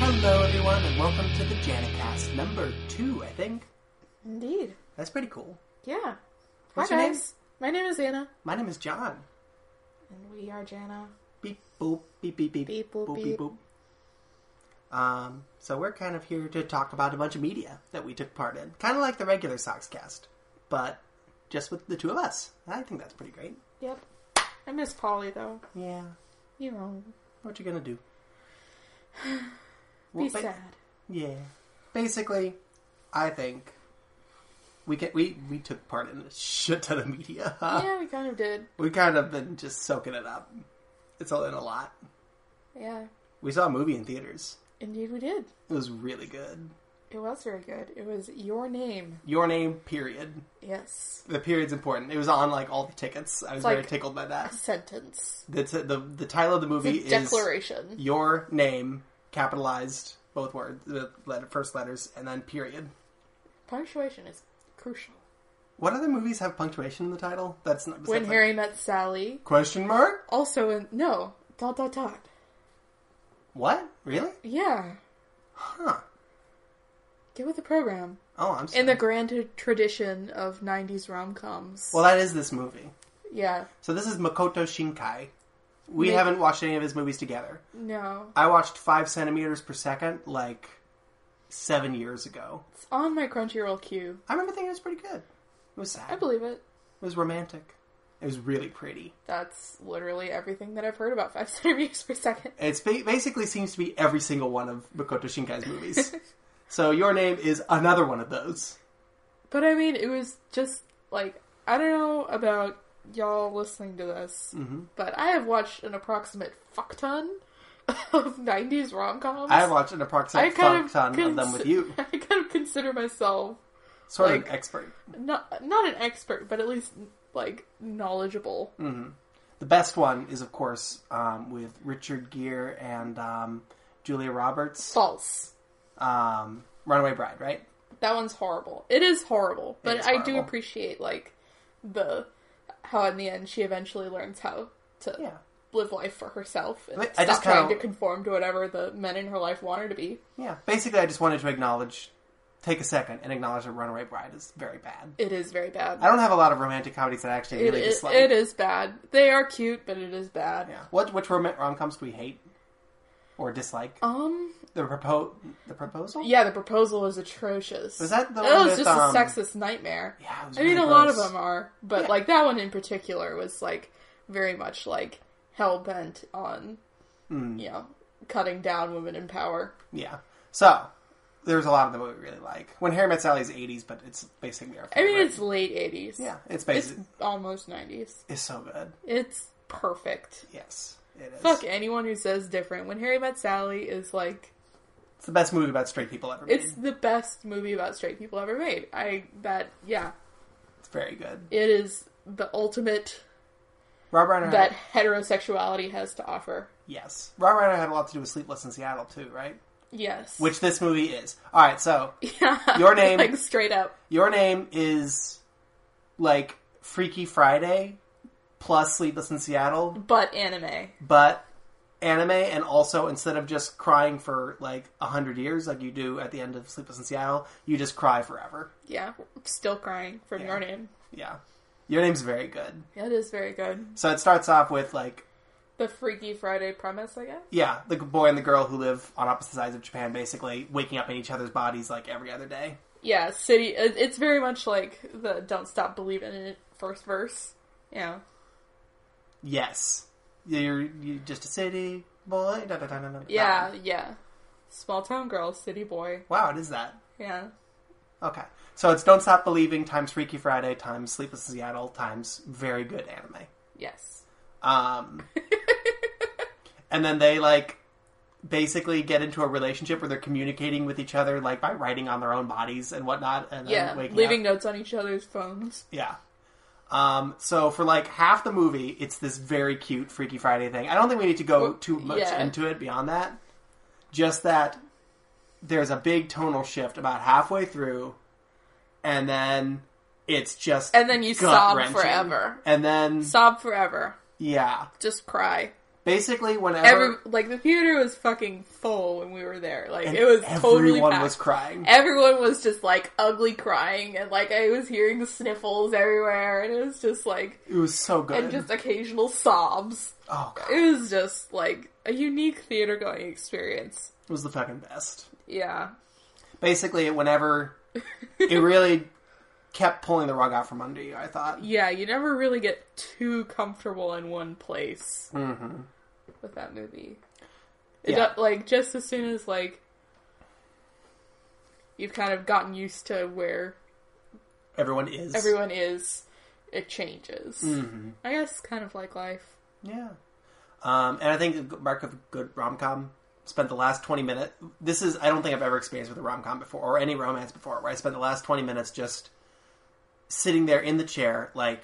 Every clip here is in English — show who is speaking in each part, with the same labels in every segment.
Speaker 1: Hello, everyone, and welcome to the Janicast number two, I think.
Speaker 2: Indeed.
Speaker 1: That's pretty cool.
Speaker 2: Yeah.
Speaker 1: What's
Speaker 2: Hi
Speaker 1: your
Speaker 2: guys. My name is Anna.
Speaker 1: My name is John.
Speaker 2: And we are Jana.
Speaker 1: Beep, boop, beep, beep, beep.
Speaker 2: Beep, boop, beep.
Speaker 1: boop. Um, so we're kind of here to talk about a bunch of media that we took part in. Kind of like the regular Soxcast, but just with the two of us. I think that's pretty great.
Speaker 2: Yep. I miss Polly though.
Speaker 1: Yeah.
Speaker 2: You know.
Speaker 1: What you gonna do?
Speaker 2: Be
Speaker 1: Well, ba-
Speaker 2: sad.
Speaker 1: Yeah. Basically, I think we get we we took part in a shit ton of media.
Speaker 2: yeah, we kind of did.
Speaker 1: We kind of been just soaking it up. It's all in a lot.
Speaker 2: Yeah.
Speaker 1: We saw a movie in theaters.
Speaker 2: Indeed we did.
Speaker 1: It was really good.
Speaker 2: It was very good. It was your name.
Speaker 1: Your name, period.
Speaker 2: Yes.
Speaker 1: The period's important. It was on like all the tickets. I was very
Speaker 2: like-
Speaker 1: tickled by
Speaker 2: A
Speaker 1: that.
Speaker 2: sentence.
Speaker 1: That's it. the the title of the
Speaker 2: It's
Speaker 1: movie
Speaker 2: a
Speaker 1: is
Speaker 2: declaration.
Speaker 1: Your Name, capitalized, both words, the letter, first letters, and then period.
Speaker 2: Punctuation is crucial.
Speaker 1: What other movies have punctuation in the title? That's not
Speaker 2: When
Speaker 1: besides, like,
Speaker 2: Harry met Sally.
Speaker 1: question mark.
Speaker 2: Also in no. Dot dot dot.
Speaker 1: What really?
Speaker 2: Yeah.
Speaker 1: Huh?
Speaker 2: Get with the program.
Speaker 1: Oh, I'm sorry.
Speaker 2: In the grand tradition of nineties rom coms.
Speaker 1: well, that is this movie.
Speaker 2: yeah.
Speaker 1: So this is Makoto Shinkai. We
Speaker 2: Maybe-
Speaker 1: haven't watched any of his movies together.
Speaker 2: No.
Speaker 1: I watched Five Centimeters Per Second like seven years ago.
Speaker 2: It's on my Crunchyroll queue.
Speaker 1: I remember thinking it was pretty good. It was sad.
Speaker 2: I believe it.
Speaker 1: it was romantic. It was really pretty.
Speaker 2: That's literally everything that I've heard about five centimeters per second.
Speaker 1: It basically seems to be every single one of Makoto Shinkai's movies. so your name is another one of those.
Speaker 2: But I mean, it was just like I don't know about y'all listening to this,
Speaker 1: Mm-hmm.
Speaker 2: but I have watched an approximate fuck ton of '90s rom coms.
Speaker 1: I watched an approximate fuck ton of them with you.
Speaker 2: I kind of consider myself
Speaker 1: Sort of
Speaker 2: like-
Speaker 1: an expert.
Speaker 2: not not an expert, but at least like knowledgeable.
Speaker 1: The best one is, of course, um, with Richard Gere and um, Julia Roberts.
Speaker 2: False.
Speaker 1: Um, Runaway Bride, right?
Speaker 2: That one's horrible. It is horrible, but
Speaker 1: is
Speaker 2: I do
Speaker 1: horrible.
Speaker 2: appreciate like the how in the end she eventually learns how to
Speaker 1: Yeah.
Speaker 2: live life for herself and
Speaker 1: I- I
Speaker 2: stop
Speaker 1: just
Speaker 2: trying
Speaker 1: kinda-
Speaker 2: to conform to whatever the men in her life want her to be.
Speaker 1: Yeah. Basically, I just wanted to acknowledge, take a second and acknowledge that Runaway Bride is very bad.
Speaker 2: It is very bad.
Speaker 1: I don't have a lot of romantic comedies that I actually
Speaker 2: It,
Speaker 1: really
Speaker 2: it-
Speaker 1: dislike.
Speaker 2: it is bad. They are cute, but it is bad.
Speaker 1: Yeah. What which rom coms do we hate or dislike?
Speaker 2: Um.
Speaker 1: the propo the proposal.
Speaker 2: Yeah, the proposal is atrocious.
Speaker 1: Was that the
Speaker 2: That
Speaker 1: one
Speaker 2: was
Speaker 1: with,
Speaker 2: just
Speaker 1: um,
Speaker 2: a sexist nightmare.
Speaker 1: Yeah, it was
Speaker 2: I mean,
Speaker 1: really
Speaker 2: a lot of
Speaker 1: gross.
Speaker 2: them are, but
Speaker 1: Yeah.
Speaker 2: like that one in particular was like very much like hell bent on,
Speaker 1: Hmm.
Speaker 2: you know, cutting down women in power.
Speaker 1: Yeah. So there's a lot of them that we really like. When Harry Met Sally's '80s, but it's basically our
Speaker 2: I
Speaker 1: favorite.
Speaker 2: mean, it's late eighties.
Speaker 1: yeah, it's
Speaker 2: it's
Speaker 1: basically
Speaker 2: almost nineties.
Speaker 1: it's, so good.
Speaker 2: It's perfect.
Speaker 1: Yes, it is.
Speaker 2: Fuck anyone who says different. When Harry Met Sally is like,
Speaker 1: It's the best movie about straight people ever made.
Speaker 2: it's
Speaker 1: It's,
Speaker 2: the best movie about straight people ever made. I that yeah,
Speaker 1: very good.
Speaker 2: it is the ultimate
Speaker 1: Rob Reiner.
Speaker 2: that
Speaker 1: Had,
Speaker 2: heterosexuality has to offer.
Speaker 1: yes, Rob Reiner had a lot to do with Sleepless in Seattle too, right?
Speaker 2: Yes,
Speaker 1: Which this movie is. All right, so
Speaker 2: yeah,
Speaker 1: Your Name-
Speaker 2: like straight up.
Speaker 1: Your name is like Freaky Friday plus Sleepless in Seattle,
Speaker 2: but anime.
Speaker 1: but anime, and also instead of just crying for like a hundred years, like you do at the end of Sleepless in Seattle, you just cry forever.
Speaker 2: Yeah, still crying from your name.
Speaker 1: Yeah, your name's very good.
Speaker 2: That is very good.
Speaker 1: So it starts off with like
Speaker 2: The Freaky Friday premise, I guess.
Speaker 1: yeah, the boy and the girl who live on opposite sides of Japan, basically waking up in each other's bodies like every other day.
Speaker 2: Yeah, city. it- It's very much like the "Don't Stop Believing" in it first verse. Yeah,
Speaker 1: Yes, you're, you're just a city boy. Da, da, da, da, da, da.
Speaker 2: yeah, yeah. Small town girl, city boy.
Speaker 1: Wow, it is that.
Speaker 2: Yeah,
Speaker 1: Okay. So it's Don't Stop Believing times Freaky Friday times Sleepless in Seattle times very good anime.
Speaker 2: yes.
Speaker 1: Um, and then they like basically get into a relationship where they're communicating with each other like by writing on their own bodies and whatnot and then
Speaker 2: Yeah,
Speaker 1: waking
Speaker 2: leaving
Speaker 1: up.
Speaker 2: notes on each other's phones.
Speaker 1: Yeah. Um, so for like half the movie, it's this very cute Freaky Friday thing. I don't think we need to go too much
Speaker 2: yeah.
Speaker 1: into it beyond that. Just that there's a big tonal shift about halfway through, and then it's just
Speaker 2: And then you sob
Speaker 1: gut-wrenching.
Speaker 2: forever.
Speaker 1: and then
Speaker 2: Sob forever.
Speaker 1: yeah,
Speaker 2: Just cry.
Speaker 1: Basically, whenever
Speaker 2: Every like the theater was fucking full when we were there. Like
Speaker 1: and
Speaker 2: it was
Speaker 1: everyone
Speaker 2: totally packed.
Speaker 1: was crying.
Speaker 2: everyone was just like ugly crying and like I was hearing the sniffles everywhere and it was just like
Speaker 1: It was so good.
Speaker 2: and just occasional sobs.
Speaker 1: oh god,
Speaker 2: It was just like a unique theater going experience.
Speaker 1: it was the fucking best.
Speaker 2: Yeah.
Speaker 1: Basically, whenever it really kept pulling the rug out from under you, I thought.
Speaker 2: Yeah, you never really get too comfortable in one place
Speaker 1: Mm-hmm.
Speaker 2: with that movie. It
Speaker 1: Yeah.
Speaker 2: do- like just as soon as like you've kind of gotten used to where
Speaker 1: Everyone is.
Speaker 2: everyone is, it changes.
Speaker 1: Mm-hmm.
Speaker 2: I guess kind of like life.
Speaker 1: Yeah. Um, and I think the mark of a good rom com spent the last 20 minutes. This is, I don't think I've ever experienced with a rom com before or any romance before, where I spent the last 20 minutes just sitting there in the chair, like,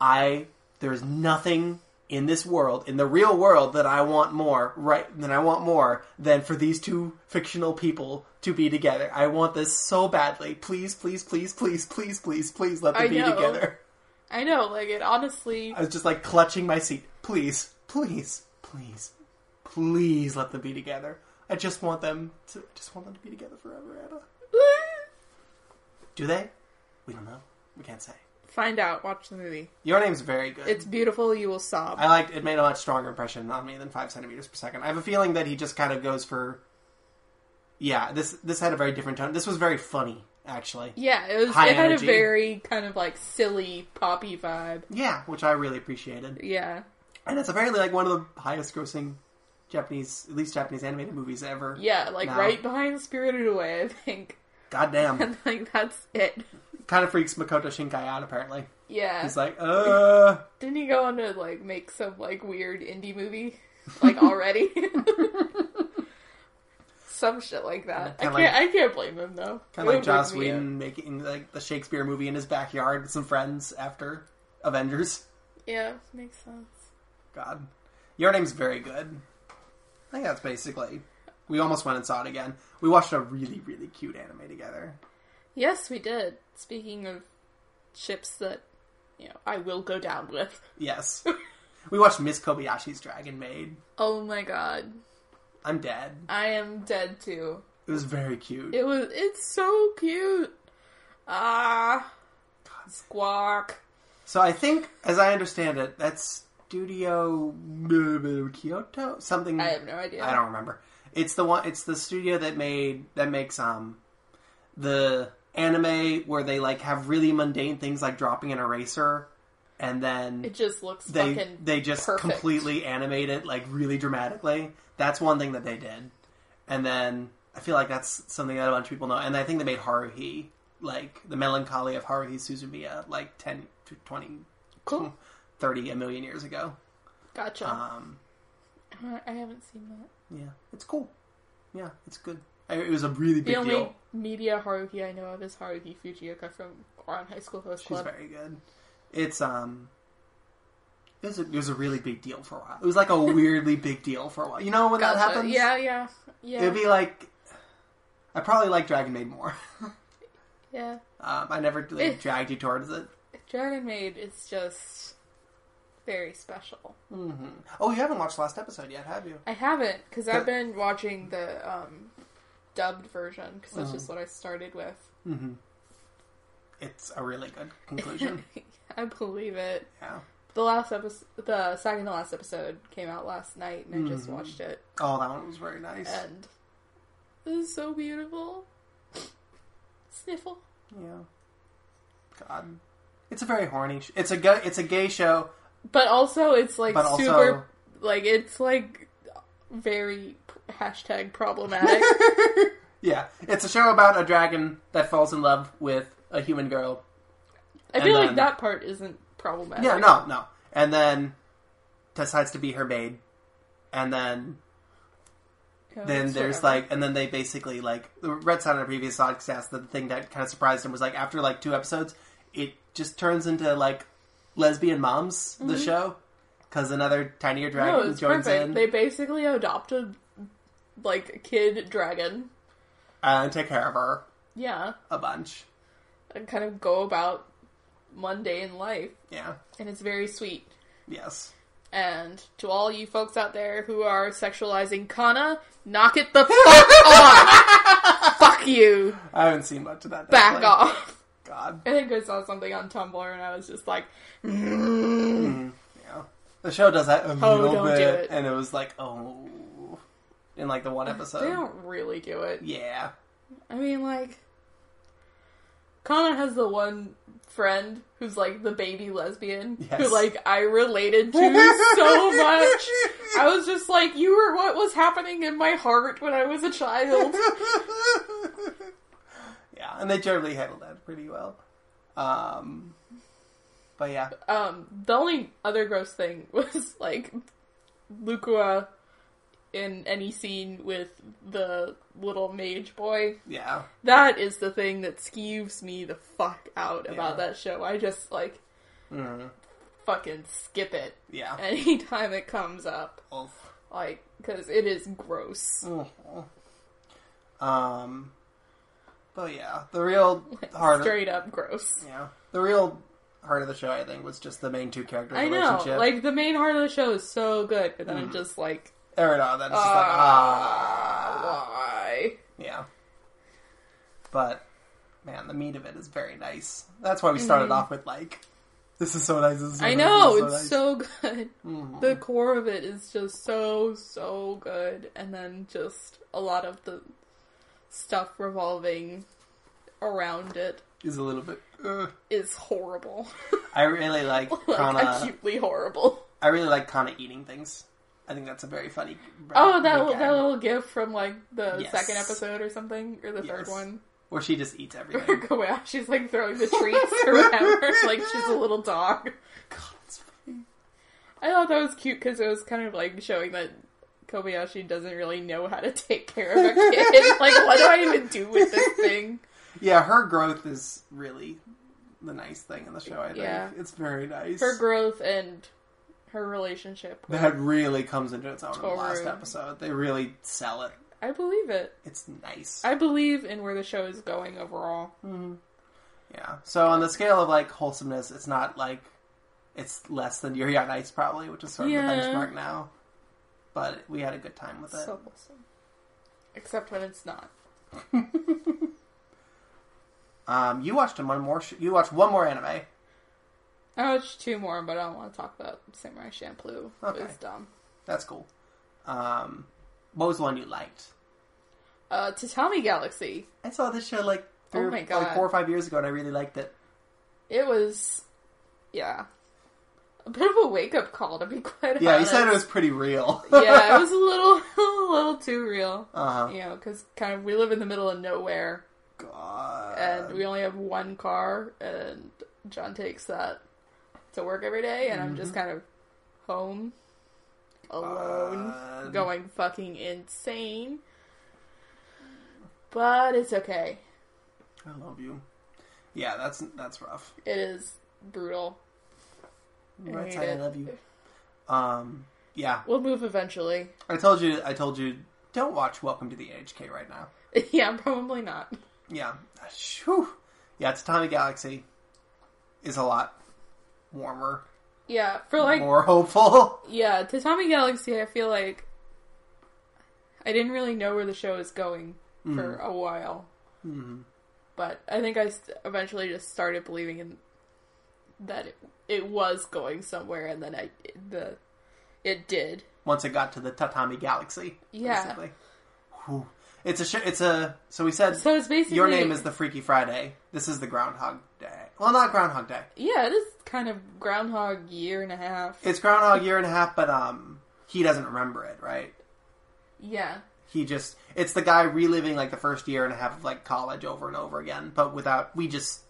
Speaker 1: I, there's nothing in this world, in the real world, that I want more, right? Than I want more than for these two fictional people to be together. I want this so badly. Please, please, please, please, please, please, please let them
Speaker 2: I
Speaker 1: be
Speaker 2: know.
Speaker 1: together.
Speaker 2: I know, like it honestly
Speaker 1: I was just like clutching my seat. Please, please, please, please let them be together. I just want them to I just want them to be together forever, Anna. Do they? We don't know. We can't say.
Speaker 2: find out, watch the movie.
Speaker 1: Your name's very good.
Speaker 2: It's beautiful, you will sob.
Speaker 1: I liked it made a much stronger impression on me than five centimeters per second. I have a feeling that he just kind of goes for Yeah, this this had a very different tone. This was very funny, actually.
Speaker 2: yeah, it was
Speaker 1: High
Speaker 2: it had
Speaker 1: energy.
Speaker 2: a very kind of like silly poppy vibe.
Speaker 1: Yeah, which I really appreciated.
Speaker 2: Yeah.
Speaker 1: And it's apparently like one of the highest grossing Japanese at least Japanese animated movies ever.
Speaker 2: Yeah, like
Speaker 1: No.
Speaker 2: right behind Spirited Away, I think.
Speaker 1: Goddamn.
Speaker 2: And like that's it.
Speaker 1: kind of freaks Makoto Shinkai out. Apparently,
Speaker 2: Yeah.
Speaker 1: he's like, "Uh,
Speaker 2: Didn't he go on to like make some like weird indie movie? Like already? some shit like that.
Speaker 1: Kinda
Speaker 2: I can't I can't blame him though.
Speaker 1: kind of
Speaker 2: It
Speaker 1: like
Speaker 2: would
Speaker 1: Joss
Speaker 2: wake me up.
Speaker 1: Whedon making like the Shakespeare movie in his backyard with some friends after Avengers."
Speaker 2: Yeah, makes sense.
Speaker 1: God, Your Name's very good. I think that's basically. We almost went and saw it again. We watched a really, really cute anime together.
Speaker 2: Yes, we did. Speaking of ships that you know I will go down with.
Speaker 1: Yes, we watched Miss Kobayashi's Dragon Maid.
Speaker 2: Oh my god,
Speaker 1: I'm dead.
Speaker 2: I am dead too.
Speaker 1: It was very cute.
Speaker 2: It was. It's so cute. Ah, squawk.
Speaker 1: So I think, as I understand it, that's Studio Kyoto, something.
Speaker 2: I have no idea.
Speaker 1: I don't remember. It's the one. It's the studio that made that makes um the anime where they like have really mundane things like dropping an eraser, and then
Speaker 2: It just looks
Speaker 1: they
Speaker 2: fucking.
Speaker 1: they just
Speaker 2: perfect.
Speaker 1: completely animate it like really dramatically. That's one thing that they did, and then I feel like that's something that a bunch of people know. And I think they made Haruhi like the melancholy of Haruhi Suzumiya like 10 to 20
Speaker 2: cool.
Speaker 1: 30 a million years ago.
Speaker 2: Gotcha.
Speaker 1: Um,
Speaker 2: Uh, I haven't seen that.
Speaker 1: yeah, it's cool. Yeah, it's good. I- It was a really
Speaker 2: The
Speaker 1: big
Speaker 2: only
Speaker 1: deal.
Speaker 2: media Haruhi I know of is Haruhi Fujioka from Oran High School Host
Speaker 1: She's
Speaker 2: Club.
Speaker 1: very good. It's um, it was, a, it was a really big deal for a while. It was like a weirdly big deal for a while. You know when
Speaker 2: Gotcha.
Speaker 1: that happens?
Speaker 2: Yeah, yeah, yeah,
Speaker 1: it'd be like I probably like Dragon Maid more. um,
Speaker 2: yeah.
Speaker 1: I never like,
Speaker 2: It-
Speaker 1: dragged you towards it.
Speaker 2: Dragon Maid is just very special.
Speaker 1: hmm
Speaker 2: Mm-hmm.
Speaker 1: Oh, you haven't watched last episode yet, have you?
Speaker 2: I haven't because
Speaker 1: Good.
Speaker 2: I've been watching the um, dubbed version because that's
Speaker 1: Oh.
Speaker 2: just what I started with.
Speaker 1: Mm-hmm. It's a really good conclusion.
Speaker 2: I believe it.
Speaker 1: yeah.
Speaker 2: The last episode, the second to last episode, came out last night, and I just
Speaker 1: Mhm.
Speaker 2: watched it,
Speaker 1: Oh, that one was very nice.
Speaker 2: and it was so beautiful. Sniffle.
Speaker 1: Yeah. God. It's a very horny. Sh- it's a go- it's a gay show,
Speaker 2: But also, it's like
Speaker 1: but also
Speaker 2: super, like it's like very p- hashtag problematic.
Speaker 1: yeah, it's a show about a dragon that falls in love with a human girl.
Speaker 2: I
Speaker 1: And
Speaker 2: feel
Speaker 1: then-
Speaker 2: like that part isn't problematic.
Speaker 1: Yeah, no, no. And then decides to be her maid. And then
Speaker 2: Yeah,
Speaker 1: then
Speaker 2: Oh, it's
Speaker 1: there's
Speaker 2: whatever.
Speaker 1: like and then they basically like the red side on a previous podcast the thing that kind of surprised him was like after like two episodes it just turns into like lesbian moms the show because another tinier dragon
Speaker 2: Mm-hmm. no, it's
Speaker 1: joins
Speaker 2: perfect.
Speaker 1: in
Speaker 2: They basically adopted like a kid dragon.
Speaker 1: and take care of her
Speaker 2: Yeah,
Speaker 1: a bunch
Speaker 2: and kind of go about mundane life,
Speaker 1: yeah
Speaker 2: and it's very sweet.
Speaker 1: yes
Speaker 2: And to all you folks out there who are sexualizing Kana, knock it the fuck off. fuck you.
Speaker 1: I haven't seen much of that.
Speaker 2: Back
Speaker 1: definitely.
Speaker 2: off.
Speaker 1: God.
Speaker 2: I think I saw something on Tumblr and I was just like,
Speaker 1: Yeah. The show does that a little
Speaker 2: Oh, don't do
Speaker 1: bit,
Speaker 2: it.
Speaker 1: and it was like, oh, in like the one episode.
Speaker 2: they don't really do it.
Speaker 1: Yeah.
Speaker 2: I mean, like, Kana has the one friend who's like the baby lesbian who
Speaker 1: Yes.
Speaker 2: like I related to so much. I was just like, you were what was happening in my heart when I was a child.
Speaker 1: yeah, and they generally handled that pretty well. Um, but yeah,
Speaker 2: Um, the only other gross thing was like Lucua in any scene with the little mage boy.
Speaker 1: yeah,
Speaker 2: That is the thing that skeeves me the fuck out about
Speaker 1: Yeah.
Speaker 2: that show. I just like
Speaker 1: Mhm.
Speaker 2: fucking skip it
Speaker 1: yeah.
Speaker 2: anytime it comes up.
Speaker 1: Oof.
Speaker 2: Like, because it is gross.
Speaker 1: Mm-hmm. Um, but yeah, the real heart, of,
Speaker 2: Straight up gross.
Speaker 1: yeah, the real heart of the show, I think, was just the main two characters'
Speaker 2: I know.
Speaker 1: relationship. Mm.
Speaker 2: Like, the main heart of the show is so good, but then I'm just like,
Speaker 1: Erida, then it's just like ah,
Speaker 2: why?
Speaker 1: yeah. But man, the meat of it is very nice. That's why we started off with like, this is so nice. This is so
Speaker 2: Mm-hmm. I
Speaker 1: nice,
Speaker 2: know,
Speaker 1: this is Mm.
Speaker 2: it's
Speaker 1: nice. Mm-hmm.
Speaker 2: so good. The core of it is just so, so good. And then just a lot of the stuff revolving around it
Speaker 1: is a little bit. Uh,
Speaker 2: is horrible.
Speaker 1: I really like
Speaker 2: like,
Speaker 1: Kana.
Speaker 2: acutely horrible.
Speaker 1: I really like Kana eating things. I think that's a very funny.
Speaker 2: Oh, that,
Speaker 1: gag,
Speaker 2: that little gift from like the
Speaker 1: Yes.
Speaker 2: second episode or something, or the third
Speaker 1: Yes.
Speaker 2: one.
Speaker 1: where she just eats everything.
Speaker 2: Go out. She's like throwing the treats or whatever. like she's a little dog.
Speaker 1: God, it's funny.
Speaker 2: I thought that was cute because it was kind of like showing that Kobayashi doesn't really know how to take care of a kid. like, what do I even do with this thing?
Speaker 1: Yeah, her growth is really the nice thing in the show. I think
Speaker 2: Yeah.
Speaker 1: it's very nice.
Speaker 2: Her growth and her relationship. with-
Speaker 1: that really comes into its own in the last
Speaker 2: Toru.
Speaker 1: episode. They really sell it.
Speaker 2: I believe it.
Speaker 1: It's nice.
Speaker 2: I believe in where the show is going overall.
Speaker 1: Yeah. So on the scale of like wholesomeness, it's not like it's less than Yuri on Ice probably, which is sort of
Speaker 2: Yeah.
Speaker 1: the benchmark now. But we had a good time with it.
Speaker 2: So wholesome. Except when it's not.
Speaker 1: Um, you watched one more. Sh- you watched one more anime.
Speaker 2: I watched two more, but I don't want to talk about Samurai Champloo. It
Speaker 1: Okay.
Speaker 2: was dumb.
Speaker 1: That's cool. Um, what was the one you liked?
Speaker 2: Uh, Tatami Galaxy.
Speaker 1: I saw this show like three,
Speaker 2: Oh my
Speaker 1: like
Speaker 2: God.
Speaker 1: four or five years ago, and I really liked it.
Speaker 2: It was, yeah, a bit of a wake up call to be quite
Speaker 1: Yeah, you
Speaker 2: honest.
Speaker 1: said it was pretty real.
Speaker 2: yeah, it was a little, a little too real.
Speaker 1: Uh huh.
Speaker 2: You know, because kind of we live in the middle of nowhere,
Speaker 1: God.
Speaker 2: and we only have one car, and John takes that to work every day, and I'm just
Speaker 1: Mm-hmm.
Speaker 2: kind of home, alone,
Speaker 1: God.
Speaker 2: going fucking insane. But it's okay.
Speaker 1: I love you. Yeah, that's that's rough.
Speaker 2: It is brutal. I
Speaker 1: Right
Speaker 2: hate
Speaker 1: side, I
Speaker 2: it.
Speaker 1: love you. Um, yeah,
Speaker 2: We'll move eventually.
Speaker 1: I told you. I told you. Don't watch Welcome to the NHK right now.
Speaker 2: yeah, probably not.
Speaker 1: Yeah. Whew. Yeah, it's Tommy Galaxy. Is a lot warmer,
Speaker 2: Yeah, for like
Speaker 1: more hopeful.
Speaker 2: yeah, Tatami Galaxy, I feel like I didn't really know where the show was going
Speaker 1: Mm-hmm.
Speaker 2: for a while, but I think I st- eventually just started believing in that it, it was going somewhere, and then I the it did.
Speaker 1: once it got to the Tatami Galaxy.
Speaker 2: Yeah.
Speaker 1: Basically. Whew. It's a sh- it's a so we said
Speaker 2: So it's basically
Speaker 1: your name is the Freaky Friday. This is the Groundhog Day. Well, not Groundhog Day.
Speaker 2: yeah, it is kind of Groundhog Year and a half.
Speaker 1: It's Groundhog year and a half, but um he doesn't remember it, right?
Speaker 2: yeah,
Speaker 1: He just it's the guy reliving like the first year and a half of like college over and over again, but without we just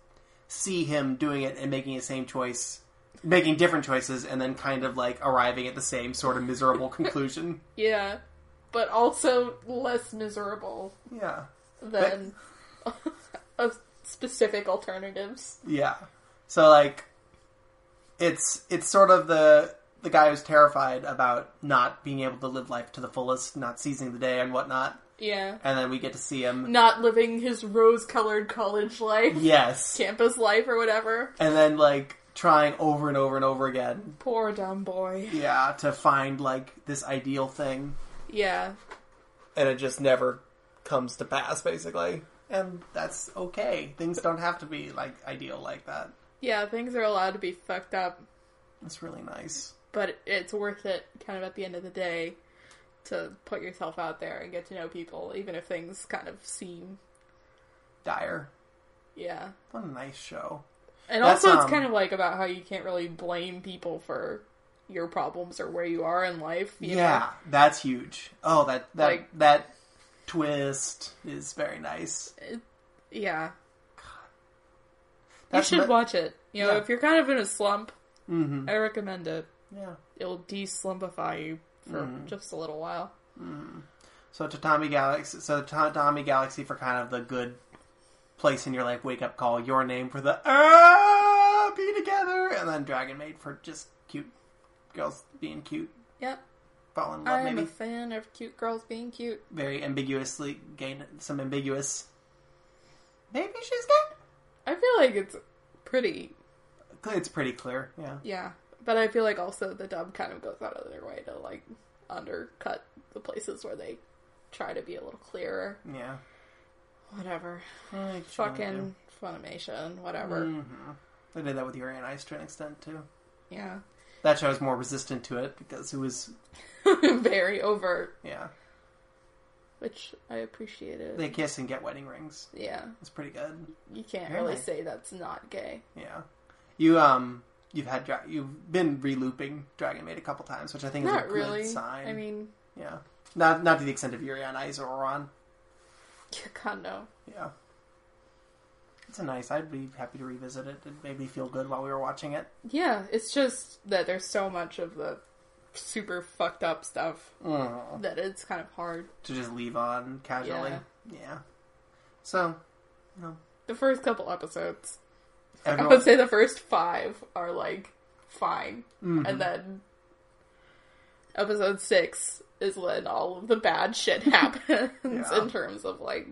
Speaker 1: see him doing it and making the same choice, making different choices and then kind of like arriving at the same sort of miserable conclusion.
Speaker 2: yeah, but also less miserable
Speaker 1: Yeah.
Speaker 2: than of specific alternatives.
Speaker 1: Yeah. So like it's it's sort of the the guy who's terrified about not being able to live life to the fullest, not seizing the day and whatnot.
Speaker 2: Yeah.
Speaker 1: And then we get to see him.
Speaker 2: Not living his rose colored college life,
Speaker 1: Yes.
Speaker 2: campus life, or whatever.
Speaker 1: And then like trying over and over and over again,
Speaker 2: Poor dumb boy.
Speaker 1: yeah, to find like this ideal thing,
Speaker 2: Yeah.
Speaker 1: and it just never comes to pass, basically. And that's okay. Things don't have to be like ideal like that.
Speaker 2: Yeah, things are allowed to be fucked up,
Speaker 1: It's really nice.
Speaker 2: but it's worth it kind of at the end of the day to put yourself out there and get to know people, even if things kind of seem.
Speaker 1: Dire.
Speaker 2: Yeah.
Speaker 1: What a nice show.
Speaker 2: And
Speaker 1: That's,
Speaker 2: also,
Speaker 1: um,
Speaker 2: it's kind of like about how you can't really blame people for your problems or where you are in life. You
Speaker 1: yeah, that's huge. Oh, that that
Speaker 2: Like-
Speaker 1: that twist is very nice.
Speaker 2: Know? Yeah.
Speaker 1: That's
Speaker 2: you should
Speaker 1: ma-
Speaker 2: watch it. You know,
Speaker 1: Yeah.
Speaker 2: if you're kind of in a slump,
Speaker 1: Mhm.
Speaker 2: I recommend it.
Speaker 1: Yeah.
Speaker 2: It'll de-slumpify you for
Speaker 1: Mm-hmm.
Speaker 2: just a little while.
Speaker 1: So Tatami Galaxy. So Tatami Galaxy for kind of the good place in your life wake up call. Your name for the ah be together, and then Dragon Maid for just cute girls being cute,
Speaker 2: Yep.
Speaker 1: fall in love.
Speaker 2: I'm a
Speaker 1: maybe
Speaker 2: fan of cute girls being cute.
Speaker 1: very ambiguously gain some ambiguous. Maybe she's gay.
Speaker 2: I feel like it's pretty,
Speaker 1: It's pretty clear. Yeah.
Speaker 2: yeah. But I feel like also the dub kind of goes out of their way to like undercut the places where they try to be a little clearer.
Speaker 1: Yeah.
Speaker 2: Whatever.
Speaker 1: Like,
Speaker 2: Mm, Fucking Funimation, whatever.
Speaker 1: Mm. Mm-hmm. They did that with Yuri and Ice to an extent too.
Speaker 2: Yeah.
Speaker 1: That show is more resistant to it because it was
Speaker 2: Very overt,
Speaker 1: yeah.
Speaker 2: which I appreciated.
Speaker 1: They kiss and get wedding rings.
Speaker 2: yeah.
Speaker 1: It's pretty good.
Speaker 2: You can't
Speaker 1: Very
Speaker 2: really
Speaker 1: nice.
Speaker 2: say that's not gay.
Speaker 1: Yeah, you um, you've had dra- you've been relooping Dragon Maid a couple times, which I think is a
Speaker 2: Not
Speaker 1: good
Speaker 2: really.
Speaker 1: sign.
Speaker 2: I mean,
Speaker 1: yeah, not not to the extent of Yuri on Ice or Oron.
Speaker 2: God no.
Speaker 1: Yeah, it's a nice. I'd be happy to revisit it. It made me feel good while we were watching it.
Speaker 2: Yeah, it's just that there's so much of the super fucked up stuff
Speaker 1: Mm.
Speaker 2: that it's kind of hard.
Speaker 1: To just leave on casually.
Speaker 2: Yeah.
Speaker 1: Yeah. So,
Speaker 2: The first couple episodes, I
Speaker 1: everyone,
Speaker 2: would say the first five are like fine,
Speaker 1: mm-hmm.
Speaker 2: and then episode six is when all of the bad shit happens
Speaker 1: Yeah.
Speaker 2: in terms of like,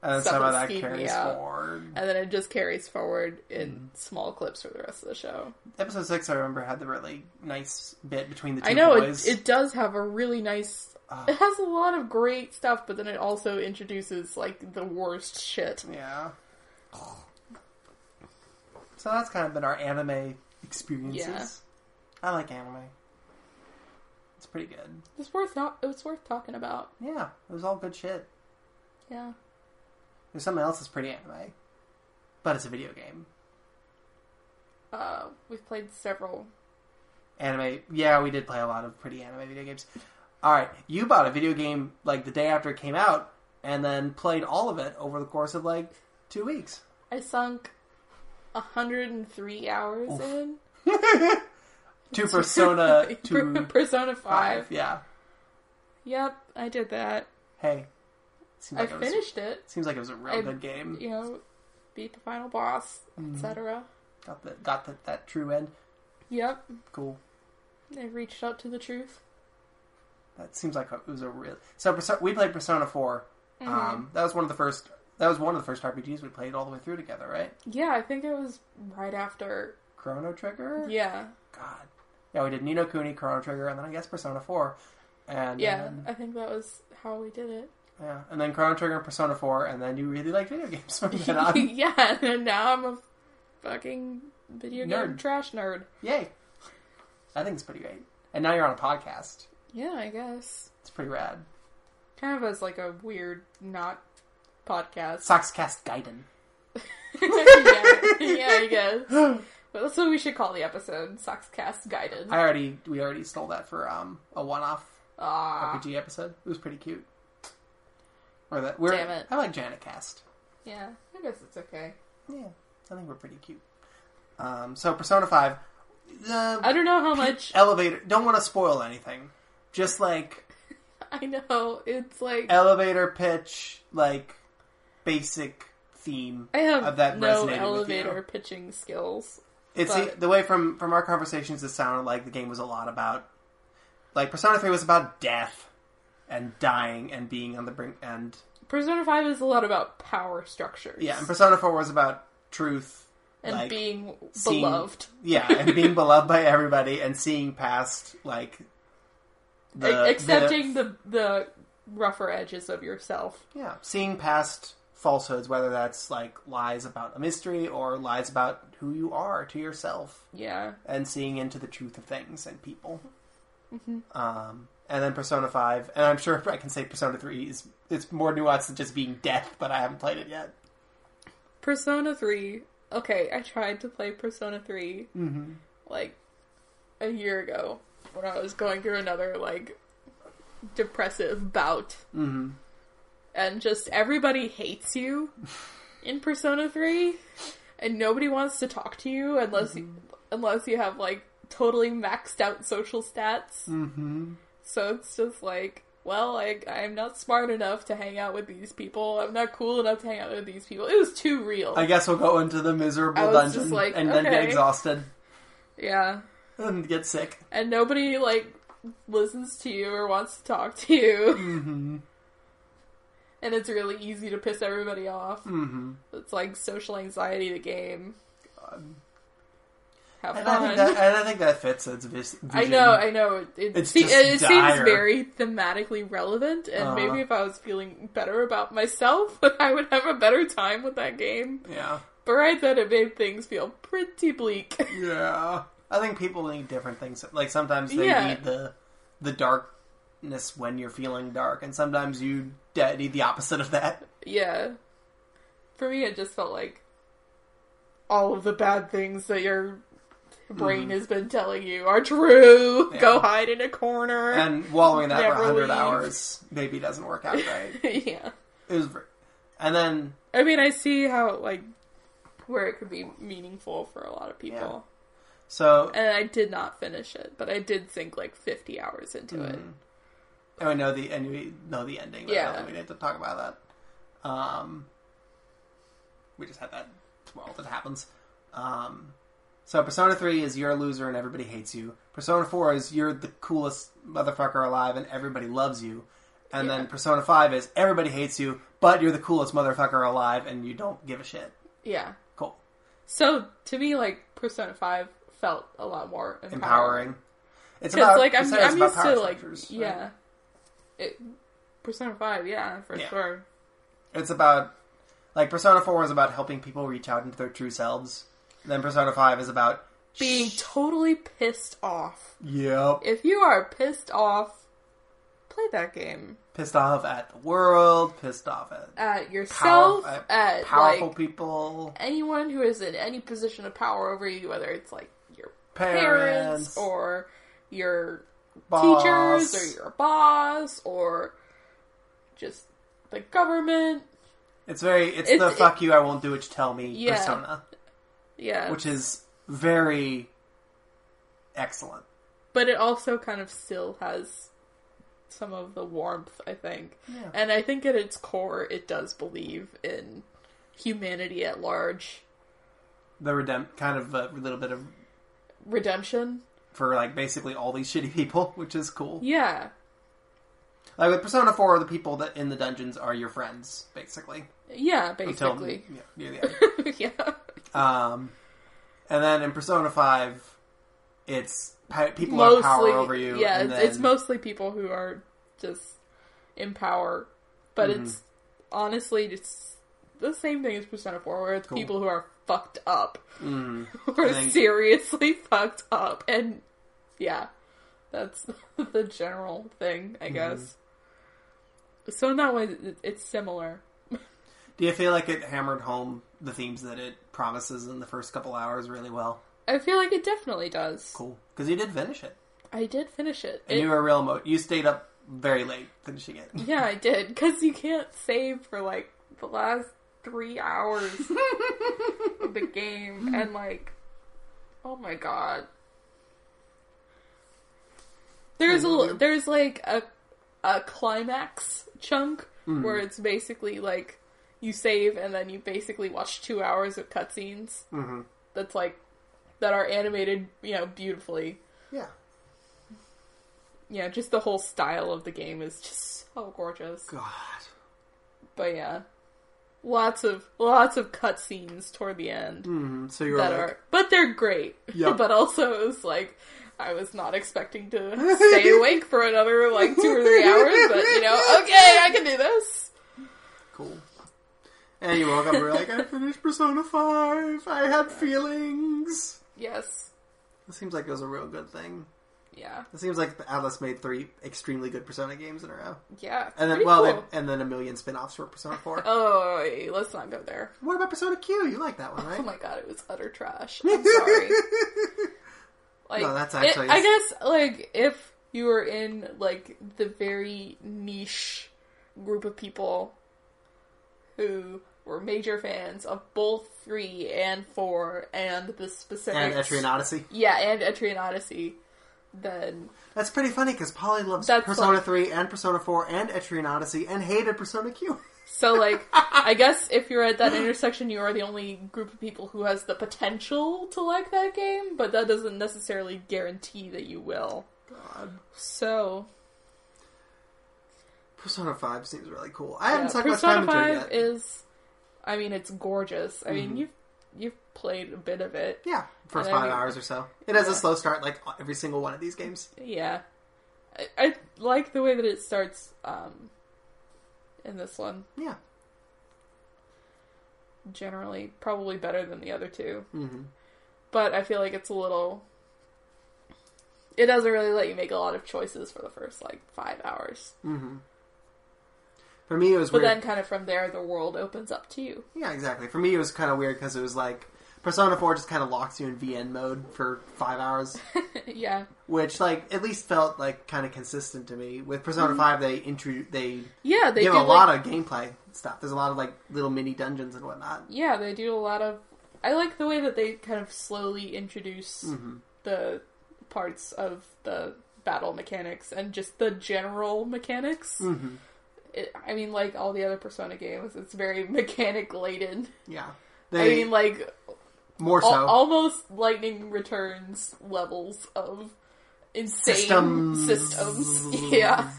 Speaker 1: and then
Speaker 2: stuff
Speaker 1: some of
Speaker 2: will
Speaker 1: that
Speaker 2: skeeve me
Speaker 1: carries
Speaker 2: out.
Speaker 1: forward.
Speaker 2: and then it just carries forward in
Speaker 1: Mm-hmm.
Speaker 2: small clips for the rest of the show.
Speaker 1: Episode six, I remember, had the really nice bit between the two
Speaker 2: I know it,
Speaker 1: boys.
Speaker 2: it does have a really nice. It has a lot of great stuff, but then it also introduces like the worst shit.
Speaker 1: Yeah. So that's kind of been our anime experiences.
Speaker 2: Yeah.
Speaker 1: I like anime. It's pretty good.
Speaker 2: It's worth not. It's worth talking about.
Speaker 1: Yeah, it was all good shit.
Speaker 2: Yeah.
Speaker 1: There's something else that's pretty anime, but it's a video game.
Speaker 2: Uh, we've played several.
Speaker 1: Anime, yeah, we did play a lot of pretty anime video games. All right, you bought a video game like the day after it came out, and then played all of it over the course of like two weeks.
Speaker 2: I sunk 103 hours in
Speaker 1: Two Persona,
Speaker 2: Per-
Speaker 1: two
Speaker 2: Persona 5.
Speaker 1: five, yeah.
Speaker 2: Yep, I did that.
Speaker 1: Hey, seems
Speaker 2: I
Speaker 1: like it was-
Speaker 2: finished it.
Speaker 1: Seems like it was a real
Speaker 2: I-
Speaker 1: good game. Mm.
Speaker 2: You know, beat the final boss,
Speaker 1: Mm-hmm.
Speaker 2: etc.
Speaker 1: Got the got the, that true end.
Speaker 2: Yep,
Speaker 1: Cool.
Speaker 2: I reached out to the truth.
Speaker 1: That seems like it was a real. So Perso- we played Persona 4
Speaker 2: Mm-hmm.
Speaker 1: Um, that was one of the first. That was one of the first RPGs we played all the way through together, right?
Speaker 2: Yeah, I think it was right after.
Speaker 1: Chrono Trigger.
Speaker 2: Yeah,
Speaker 1: God. Yeah, we did Nino Kuni, Chrono Trigger, and then I guess Persona Four. And
Speaker 2: yeah,
Speaker 1: then- um,
Speaker 2: I think that was how we did it.
Speaker 1: yeah, and then Chrono Trigger and Persona Four, and then you really liked video games from then on.
Speaker 2: yeah, and now I'm a fucking video game
Speaker 1: Nerd.
Speaker 2: trash nerd.
Speaker 1: Yay! I think it's pretty great. And now you're on a podcast.
Speaker 2: Yeah, I guess.
Speaker 1: It's pretty rad.
Speaker 2: Kind of as like a weird not podcast.
Speaker 1: Sockscast Gaiden.
Speaker 2: yeah, yeah, I guess. But that's what we should call the episode. Sockscast guided.
Speaker 1: I already we already stole that for um a one-off
Speaker 2: Ah,
Speaker 1: RPG episode. It was pretty cute. Or that we're
Speaker 2: Damn it.
Speaker 1: I like Janet Cast.
Speaker 2: yeah. I guess it's okay.
Speaker 1: Yeah, I think we're pretty cute. Um, so Persona Five,
Speaker 2: I
Speaker 1: the
Speaker 2: don't know how much.
Speaker 1: elevator. Don't want to spoil anything. Just like
Speaker 2: I know it's like
Speaker 1: elevator pitch, like basic theme
Speaker 2: I have
Speaker 1: of that
Speaker 2: no
Speaker 1: resonated with
Speaker 2: elevator
Speaker 1: you.
Speaker 2: pitching skills.
Speaker 1: It's e,
Speaker 2: but-
Speaker 1: the way from from our conversations. It sounded like the game was a lot about like Persona Three was about death and dying and being on the brink and
Speaker 2: Persona Five is a lot about power structures.
Speaker 1: Yeah, and Persona 4 was about truth
Speaker 2: and
Speaker 1: like,
Speaker 2: being
Speaker 1: seeing-
Speaker 2: beloved.
Speaker 1: yeah, and being beloved by everybody and seeing past like
Speaker 2: A- accepting the, the rougher edges of yourself.
Speaker 1: yeah, seeing past falsehoods, whether that's like lies about a mystery or lies about who you are to yourself,
Speaker 2: Yeah.
Speaker 1: and seeing into the truth of things and people.
Speaker 2: Mm-hmm.
Speaker 1: Um, and then Persona Five, and I'm sure I can say Persona Three is it's more nuanced than just being death, but I haven't played it yet.
Speaker 2: Persona 3. Okay, I tried to play Persona 3 like a year ago when I was going through another like depressive bout. Mm-hmm. And just everybody hates you in Persona 3 and nobody wants to talk to you unless you,
Speaker 1: Mm-hmm.
Speaker 2: unless you have like totally maxed out social stats.
Speaker 1: Mm-hmm.
Speaker 2: So it's just like, well, I, I'm not smart enough to hang out with these people. I'm not cool enough to hang out with these people. It was too real.
Speaker 1: I guess we'll go into the
Speaker 2: I
Speaker 1: miserable
Speaker 2: was
Speaker 1: dungeon
Speaker 2: just like,
Speaker 1: and then get
Speaker 2: okay.
Speaker 1: exhausted
Speaker 2: yeah.
Speaker 1: and get sick.
Speaker 2: And nobody, like, listens to you or wants to talk to you.
Speaker 1: Mm-hmm.
Speaker 2: And it's really easy to piss everybody off.
Speaker 1: Mm-hmm.
Speaker 2: It's like social anxiety, the game.
Speaker 1: Um,
Speaker 2: Have
Speaker 1: And I,
Speaker 2: fun.
Speaker 1: think that, and I think that fits its vis- vision.
Speaker 2: I know, I know. It, it,
Speaker 1: It's
Speaker 2: se-
Speaker 1: just
Speaker 2: it, it seems
Speaker 1: dire.
Speaker 2: very thematically relevant, and
Speaker 1: Uh-huh.
Speaker 2: maybe if I was feeling better about myself, I would have a better time with that game.
Speaker 1: Yeah.
Speaker 2: But right then, it made things feel pretty bleak.
Speaker 1: Yeah. I think people need different things. Like sometimes they
Speaker 2: Yeah.
Speaker 1: need the the darkness when you're feeling dark, and sometimes you de- need the opposite of that.
Speaker 2: yeah. For me, it just felt like all of the bad things that your
Speaker 1: Mm-hmm.
Speaker 2: brain has been telling you are true. Go hide in a corner.
Speaker 1: And wallowing in that for
Speaker 2: Never
Speaker 1: 100
Speaker 2: leave.
Speaker 1: hours maybe doesn't work out right.
Speaker 2: yeah.
Speaker 1: it was, ver- and then
Speaker 2: I mean, I see how, like, where it could be meaningful for a lot of people.
Speaker 1: so
Speaker 2: And I did not finish it, but I did sink like 50 hours into it.
Speaker 1: Mm-hmm. and we know the and we know the ending. but I don't
Speaker 2: Yeah.
Speaker 1: think we need to talk about that. Um, we just had that. It's all that happens. Um, so Persona Three is you're a loser and everybody hates you. Persona Four is you're the coolest motherfucker alive and everybody loves you. And
Speaker 2: Yeah.
Speaker 1: then Persona Five is everybody hates you, but you're the coolest motherfucker alive and you don't give a shit.
Speaker 2: Yeah.
Speaker 1: Cool,
Speaker 2: So, to me, like, Persona 5 felt a lot more empowering.
Speaker 1: empowering. It's
Speaker 2: Because like I'm,
Speaker 1: Persona is
Speaker 2: I'm
Speaker 1: about
Speaker 2: used
Speaker 1: power
Speaker 2: to like
Speaker 1: structures, right?
Speaker 2: yeah, it, Persona Five, yeah, for
Speaker 1: Yeah.
Speaker 2: sure.
Speaker 1: It's about like Persona Four is about helping people reach out into their true selves. Then Persona Five is about
Speaker 2: Being totally pissed off.
Speaker 1: yep
Speaker 2: If you are pissed off, play that game
Speaker 1: pissed off at the world, pissed off at
Speaker 2: at
Speaker 1: power-
Speaker 2: yourself,
Speaker 1: at
Speaker 2: at
Speaker 1: powerful
Speaker 2: uh, like
Speaker 1: people,
Speaker 2: anyone who is in any position of power over you, whether it's like your
Speaker 1: parents,
Speaker 2: parents or your
Speaker 1: boss.
Speaker 2: teachers or your boss or just the government.
Speaker 1: It's very it's,
Speaker 2: It's-
Speaker 1: the
Speaker 2: it-
Speaker 1: fuck you I won't do what you tell me
Speaker 2: Yeah.
Speaker 1: persona,
Speaker 2: Yeah,
Speaker 1: which is very excellent.
Speaker 2: but it also kind of still has some of the warmth, I think.
Speaker 1: Yeah.
Speaker 2: And I think at its core, it does believe in humanity at large,
Speaker 1: The redemp kind of a little bit of
Speaker 2: redemption.
Speaker 1: for like basically all these shitty people, which is cool.
Speaker 2: Yeah,
Speaker 1: Like with Persona Four, the people that in the dungeons are your friends, basically.
Speaker 2: yeah,
Speaker 1: Until-
Speaker 2: basically,
Speaker 1: yeah, near the end.
Speaker 2: yeah,
Speaker 1: Um, and then in Persona Five, it's pa- people have power
Speaker 2: mostly.
Speaker 1: over you.
Speaker 2: yeah,
Speaker 1: and
Speaker 2: it's-
Speaker 1: then,
Speaker 2: it's mostly people who are just in power, but
Speaker 1: Mm-hmm.
Speaker 2: it's honestly it's the same thing as Persona Four, where it's
Speaker 1: Cool.
Speaker 2: people who are fucked up,
Speaker 1: Mm,
Speaker 2: who are
Speaker 1: I think-
Speaker 2: seriously fucked up, and yeah, that's the general thing,
Speaker 1: Mm-hmm.
Speaker 2: I guess. So in that way, it- it's similar.
Speaker 1: do you feel like it hammered home the themes that it promises in the first couple hours really well?
Speaker 2: I feel like it definitely does.
Speaker 1: Cool, because you did finish it,
Speaker 2: I did finish it.
Speaker 1: and
Speaker 2: It-
Speaker 1: you were a real mo. You stayed up very late finishing it.
Speaker 2: yeah, I did because you can't save for like the last three hours of the game, and like, oh my god, there's a there's like a a climax chunk where it's basically like you save and then you basically watch two hours of cutscenes
Speaker 1: Mhm.
Speaker 2: that's like that are animated, you know, beautifully.
Speaker 1: yeah,
Speaker 2: Yeah, just the whole style of the game is just so gorgeous.
Speaker 1: God,
Speaker 2: But yeah, lots of lots of cutscenes toward the end
Speaker 1: hmm So you were
Speaker 2: that
Speaker 1: like,
Speaker 2: are, but they're great.
Speaker 1: Yep.
Speaker 2: but also it was like I was not expecting to stay awake for another like two or three hours. But you know, okay, I can do this.
Speaker 1: cool. And you woke up and were like, I finished Persona 5. I had feelings.
Speaker 2: Yes,
Speaker 1: It seems like it was a real good thing.
Speaker 2: yeah,
Speaker 1: It seems like Atlas made three extremely good Persona games in a row.
Speaker 2: yeah.
Speaker 1: And then,
Speaker 2: pretty
Speaker 1: well,
Speaker 2: cool.
Speaker 1: they- and then a million spin offs for Persona 4.
Speaker 2: oh, wait, let's not go there.
Speaker 1: What about Persona Q? You like that one, right?
Speaker 2: Oh my god, it was utter trash. I'm sorry. Like,
Speaker 1: No, that's
Speaker 2: it-
Speaker 1: actually-
Speaker 2: I guess like if you were in like the very niche group of people who were major fans of both three and four and the specific
Speaker 1: and Etrian Odyssey.
Speaker 2: yeah and Etrian Odyssey, then
Speaker 1: That's pretty funny because Polly loves
Speaker 2: That's
Speaker 1: Persona
Speaker 2: like-
Speaker 1: 3 and Persona 4 and Etrian Odyssey and hated Persona Q.
Speaker 2: so like I guess if you're at that intersection, you are the only group of people who has the potential to like that game, but that doesn't necessarily guarantee that you will.
Speaker 1: God.
Speaker 2: So
Speaker 1: Persona 5 seems really cool. I haven't
Speaker 2: yeah,
Speaker 1: stuck much time
Speaker 2: Persona
Speaker 1: into it
Speaker 2: Five
Speaker 1: yet. Mm-hmm.
Speaker 2: is, I mean, it's gorgeous. I mean, you've you've played a bit of it,
Speaker 1: Yeah, first
Speaker 2: And I
Speaker 1: five
Speaker 2: mean-
Speaker 1: hours or so. It has a
Speaker 2: Yeah.
Speaker 1: slow start, like every single one of these games.
Speaker 2: yeah. I, I like the way that it starts um, in this one.
Speaker 1: Yeah.
Speaker 2: Generally, probably better than the other two,
Speaker 1: hmm
Speaker 2: but I feel like it's a little. It doesn't really let you make a lot of choices for the first like five hours,
Speaker 1: hmm For me, it was
Speaker 2: but
Speaker 1: weird.
Speaker 2: then kind of from there, the world opens up to you.
Speaker 1: Yeah, exactly. For me, it was kind of weird because it was like Persona 4 just kind of locks you in VN mode for five hours,
Speaker 2: yeah,
Speaker 1: which like at least felt like kind of consistent to me. With Persona 5, they intro they,
Speaker 2: yeah. Mm-hmm. They
Speaker 1: give
Speaker 2: do
Speaker 1: a lot
Speaker 2: like,
Speaker 1: of gameplay stuff. There's a lot of like little mini dungeons and whatnot.
Speaker 2: yeah, they do a lot of. I like the way that they kind of slowly introduce
Speaker 1: hmm
Speaker 2: the parts of the battle mechanics and just the general mechanics.
Speaker 1: hmm
Speaker 2: It, I mean, like all the other Persona games, it's very mechanic laden.
Speaker 1: Yeah,
Speaker 2: I
Speaker 1: they
Speaker 2: mean, like
Speaker 1: more so.
Speaker 2: al- almost Lightning Returns levels of insane
Speaker 1: Systems.
Speaker 2: systems. Yeah,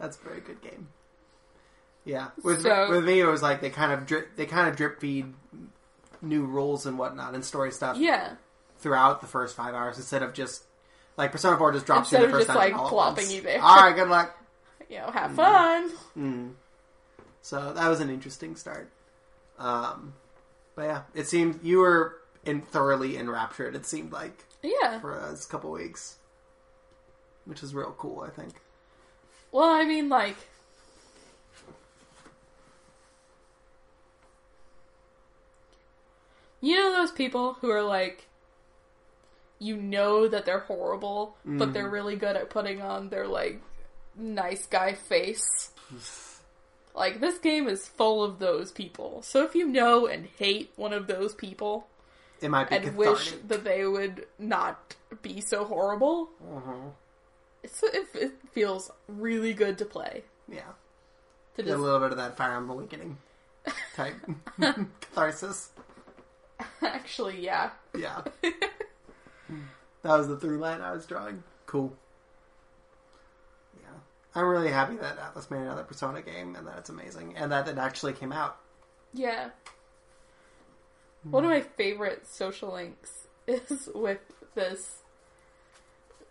Speaker 1: That's a very good game. Yeah, with
Speaker 2: So-
Speaker 1: with me, it was like they kind of drip, they kind of drip feed new rules and whatnot and story stuff
Speaker 2: yeah.
Speaker 1: throughout the first five hours instead of just like Persona Four just drops
Speaker 2: Instead
Speaker 1: you
Speaker 2: of
Speaker 1: in the first
Speaker 2: just,
Speaker 1: dungeon
Speaker 2: like,
Speaker 1: all at
Speaker 2: plopping
Speaker 1: once.
Speaker 2: you there.
Speaker 1: All right, good luck.
Speaker 2: You know, have fun.
Speaker 1: Mm. So that was an interesting start. Um, but yeah, it seemed you were in thoroughly enraptured. It seemed like
Speaker 2: Yeah.
Speaker 1: for us a couple weeks, which is real cool. I think.
Speaker 2: Well, I mean, like. You know those people who are like. You know that they're horrible, but they're really good at putting on their, like, nice guy face? like, this game is full of those people. So if you know and hate one of those people
Speaker 1: It might be
Speaker 2: and
Speaker 1: cathartic.
Speaker 2: wish that they would not be so horrible,
Speaker 1: Mhm.
Speaker 2: it's, it, it feels really good to play.
Speaker 1: Yeah.
Speaker 2: To
Speaker 1: Get
Speaker 2: just
Speaker 1: a little bit of that Fire Emblem Awakening type catharsis.
Speaker 2: Actually, yeah.
Speaker 1: Yeah. that was the through line I was drawing. Cool. Yeah. I'm really happy that Atlas made another Persona game and that it's amazing and that it actually came out.
Speaker 2: Yeah. One of my favorite social links is with this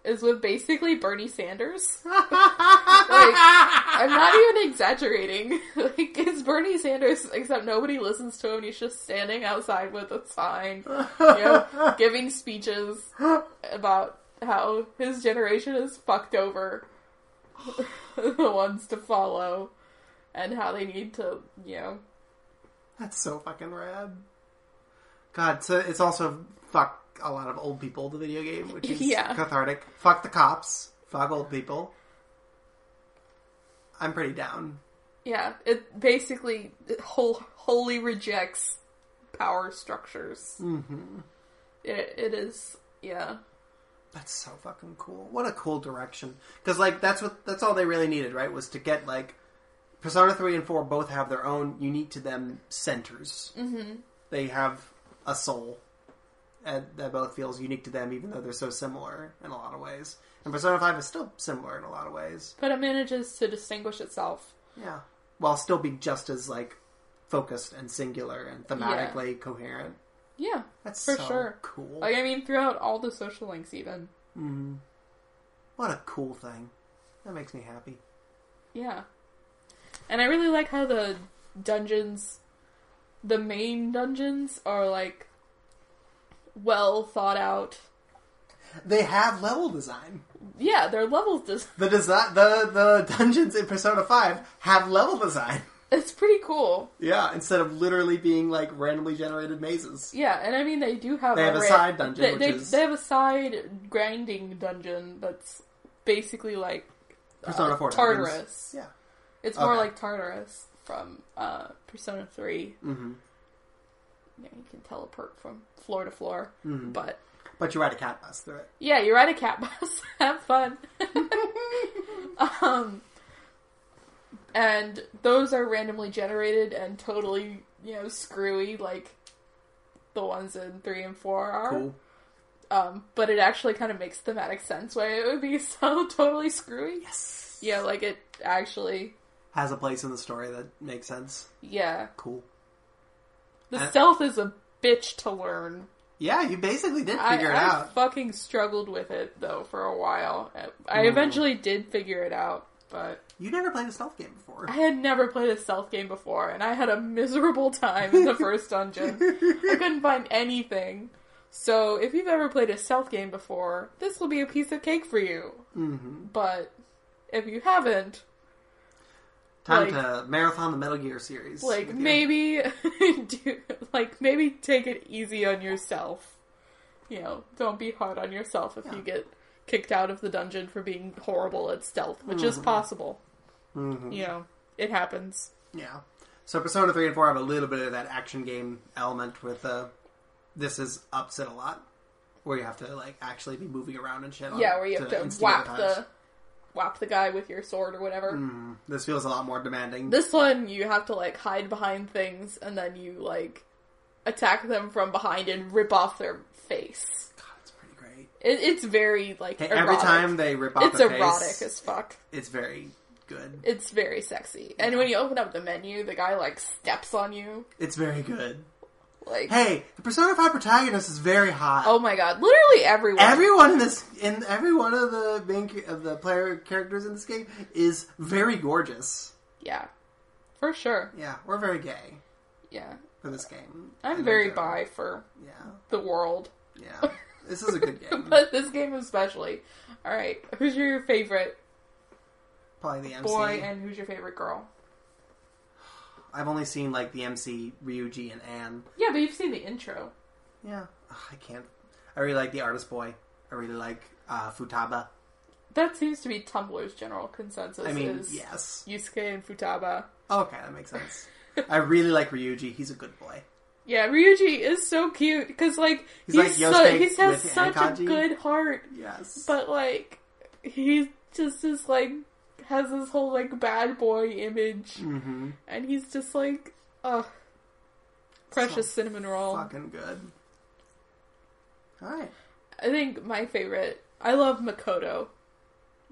Speaker 2: is with basically Bernie Sanders. Like I'm not even exaggerating. Like it's Bernie Sanders except nobody listens to him. He's just standing outside with a sign, you know, giving speeches about how his generation is fucked over the ones to follow and how they need to, you know,
Speaker 1: That's so fucking rad. God, so it's also fuck a lot of old people, the video game, which is
Speaker 2: Yeah.
Speaker 1: cathartic. Fuck the cops. Fuck old people. I'm pretty down.
Speaker 2: Yeah, it basically it whole, wholly rejects power structures. Mm-hmm. It, it is, yeah,
Speaker 1: That's so fucking cool. What a cool direction. Because like that's what that's all they really needed, right? Was to get like Persona three and four both have their own unique to them centers. Mm-hmm. They have a soul and that both feels unique to them, even though they're so similar in a lot of ways. And Persona five is still similar in a lot of ways.
Speaker 2: but it manages to distinguish itself.
Speaker 1: Yeah, while still being just as like focused and singular and thematically coherent.
Speaker 2: Yeah,
Speaker 1: That's
Speaker 2: For
Speaker 1: so
Speaker 2: sure. Oh,
Speaker 1: cool.
Speaker 2: like I mean, throughout all the social links, even
Speaker 1: Mhm. What a cool thing. That makes me happy.
Speaker 2: yeah. And I really like how the dungeons, the main dungeons, are like well thought out.
Speaker 1: They have level design.
Speaker 2: Yeah, their levels just
Speaker 1: The design, the the dungeons in Persona Five have level design.
Speaker 2: it's pretty cool.
Speaker 1: Yeah, instead of literally being like randomly generated mazes.
Speaker 2: Yeah, and I mean they do have
Speaker 1: They have a
Speaker 2: ra-
Speaker 1: side dungeon,
Speaker 2: They,
Speaker 1: which
Speaker 2: they,
Speaker 1: is-
Speaker 2: they have a side grinding dungeon that's basically like uh,
Speaker 1: Persona Four dungeons.
Speaker 2: Tartarus.
Speaker 1: Yeah.
Speaker 2: It's more
Speaker 1: Okay.
Speaker 2: like Tartarus from uh, Persona 3
Speaker 1: Mm-hmm.
Speaker 2: You, know, you can teleport from floor to floor,
Speaker 1: Mm-hmm.
Speaker 2: but
Speaker 1: But you ride a cat bus through it.
Speaker 2: yeah, you ride a cat bus. Have fun. um, and those are randomly generated and totally, you know, screwy like the ones in three and four are.
Speaker 1: Cool.
Speaker 2: Um, but it actually kind of makes thematic sense why it would be so totally screwy.
Speaker 1: Yes.
Speaker 2: Yeah, like it actually.
Speaker 1: Has a place in the story that makes sense.
Speaker 2: Yeah,
Speaker 1: Cool.
Speaker 2: the
Speaker 1: And-
Speaker 2: stealth is a bitch to learn.
Speaker 1: Yeah, you basically did
Speaker 2: I,
Speaker 1: figure it
Speaker 2: I
Speaker 1: out.
Speaker 2: fucking struggled with it though for a while. I
Speaker 1: Mm.
Speaker 2: eventually did figure it out, but
Speaker 1: You never played a stealth game before.
Speaker 2: I had never played a stealth game before, and I had a miserable time in the first dungeon. I couldn't find anything. So if you've ever played a stealth game before, this will be a piece of cake for you.
Speaker 1: hmm
Speaker 2: But if you haven't,
Speaker 1: Time
Speaker 2: like-
Speaker 1: to marathon the Metal Gear series.
Speaker 2: like
Speaker 1: with you.
Speaker 2: maybe do like maybe take it easy on yourself. You know, don't be hard on yourself if you get kicked out of the dungeon for being horrible at stealth, which is possible. You know, it happens.
Speaker 1: Yeah. So Persona 3 and 4 have a little bit of that action game element with uh, this is ups it a lot. Where you have to like actually be moving around and shit. on
Speaker 2: Yeah,
Speaker 1: it
Speaker 2: where you have to
Speaker 1: instill
Speaker 2: whap
Speaker 1: punch.
Speaker 2: the whap the guy with your sword or whatever.
Speaker 1: Mm, this feels a lot more demanding.
Speaker 2: This one you have to like hide behind things and then you like attack them from behind and rip off their face.
Speaker 1: God, it's pretty great.
Speaker 2: It, it's very like
Speaker 1: Okay,
Speaker 2: erotic.
Speaker 1: every time they rip off
Speaker 2: it's
Speaker 1: a
Speaker 2: erotic
Speaker 1: face,
Speaker 2: as fuck.
Speaker 1: it's very good.
Speaker 2: It's very sexy. And when you open up the menu, the guy like steps on you.
Speaker 1: It's very good.
Speaker 2: Like
Speaker 1: Hey, the Persona 5 protagonist is very hot.
Speaker 2: oh my god, literally everyone.
Speaker 1: Everyone in this, in every one of the main ca- of the player characters in this game is very gorgeous.
Speaker 2: yeah. For sure.
Speaker 1: Yeah, we're very gay
Speaker 2: Yeah.
Speaker 1: for this game.
Speaker 2: I'm
Speaker 1: And in
Speaker 2: very
Speaker 1: general.
Speaker 2: bi for
Speaker 1: Yeah,
Speaker 2: the world.
Speaker 1: yeah. This is a good game.
Speaker 2: But this game especially. All right, who's your favorite
Speaker 1: Probably the MC.
Speaker 2: boy and who's your favorite girl?
Speaker 1: I've only seen like the MC Ryuji and Anne.
Speaker 2: Yeah, but you've seen the intro.
Speaker 1: Yeah, Ugh, I can't. I really like the artist boy. I really like uh, Futaba.
Speaker 2: That seems to be Tumblr's general consensus.
Speaker 1: I mean,
Speaker 2: is
Speaker 1: yes.
Speaker 2: Yusuke and Futaba.
Speaker 1: Okay, that makes sense. I really like Ryuji. He's a good boy.
Speaker 2: Yeah, Ryuji is so cute because like
Speaker 1: He's
Speaker 2: he's,
Speaker 1: like
Speaker 2: so,
Speaker 1: Yosuke
Speaker 2: he has
Speaker 1: with
Speaker 2: such a
Speaker 1: Ankaji.
Speaker 2: good heart,
Speaker 1: Yes.
Speaker 2: but like he just is like has this whole like bad boy image,
Speaker 1: mm-hmm.
Speaker 2: and he's just like, ugh, precious cinnamon roll.
Speaker 1: Fucking good. All right.
Speaker 2: I think my favorite. I love Makoto.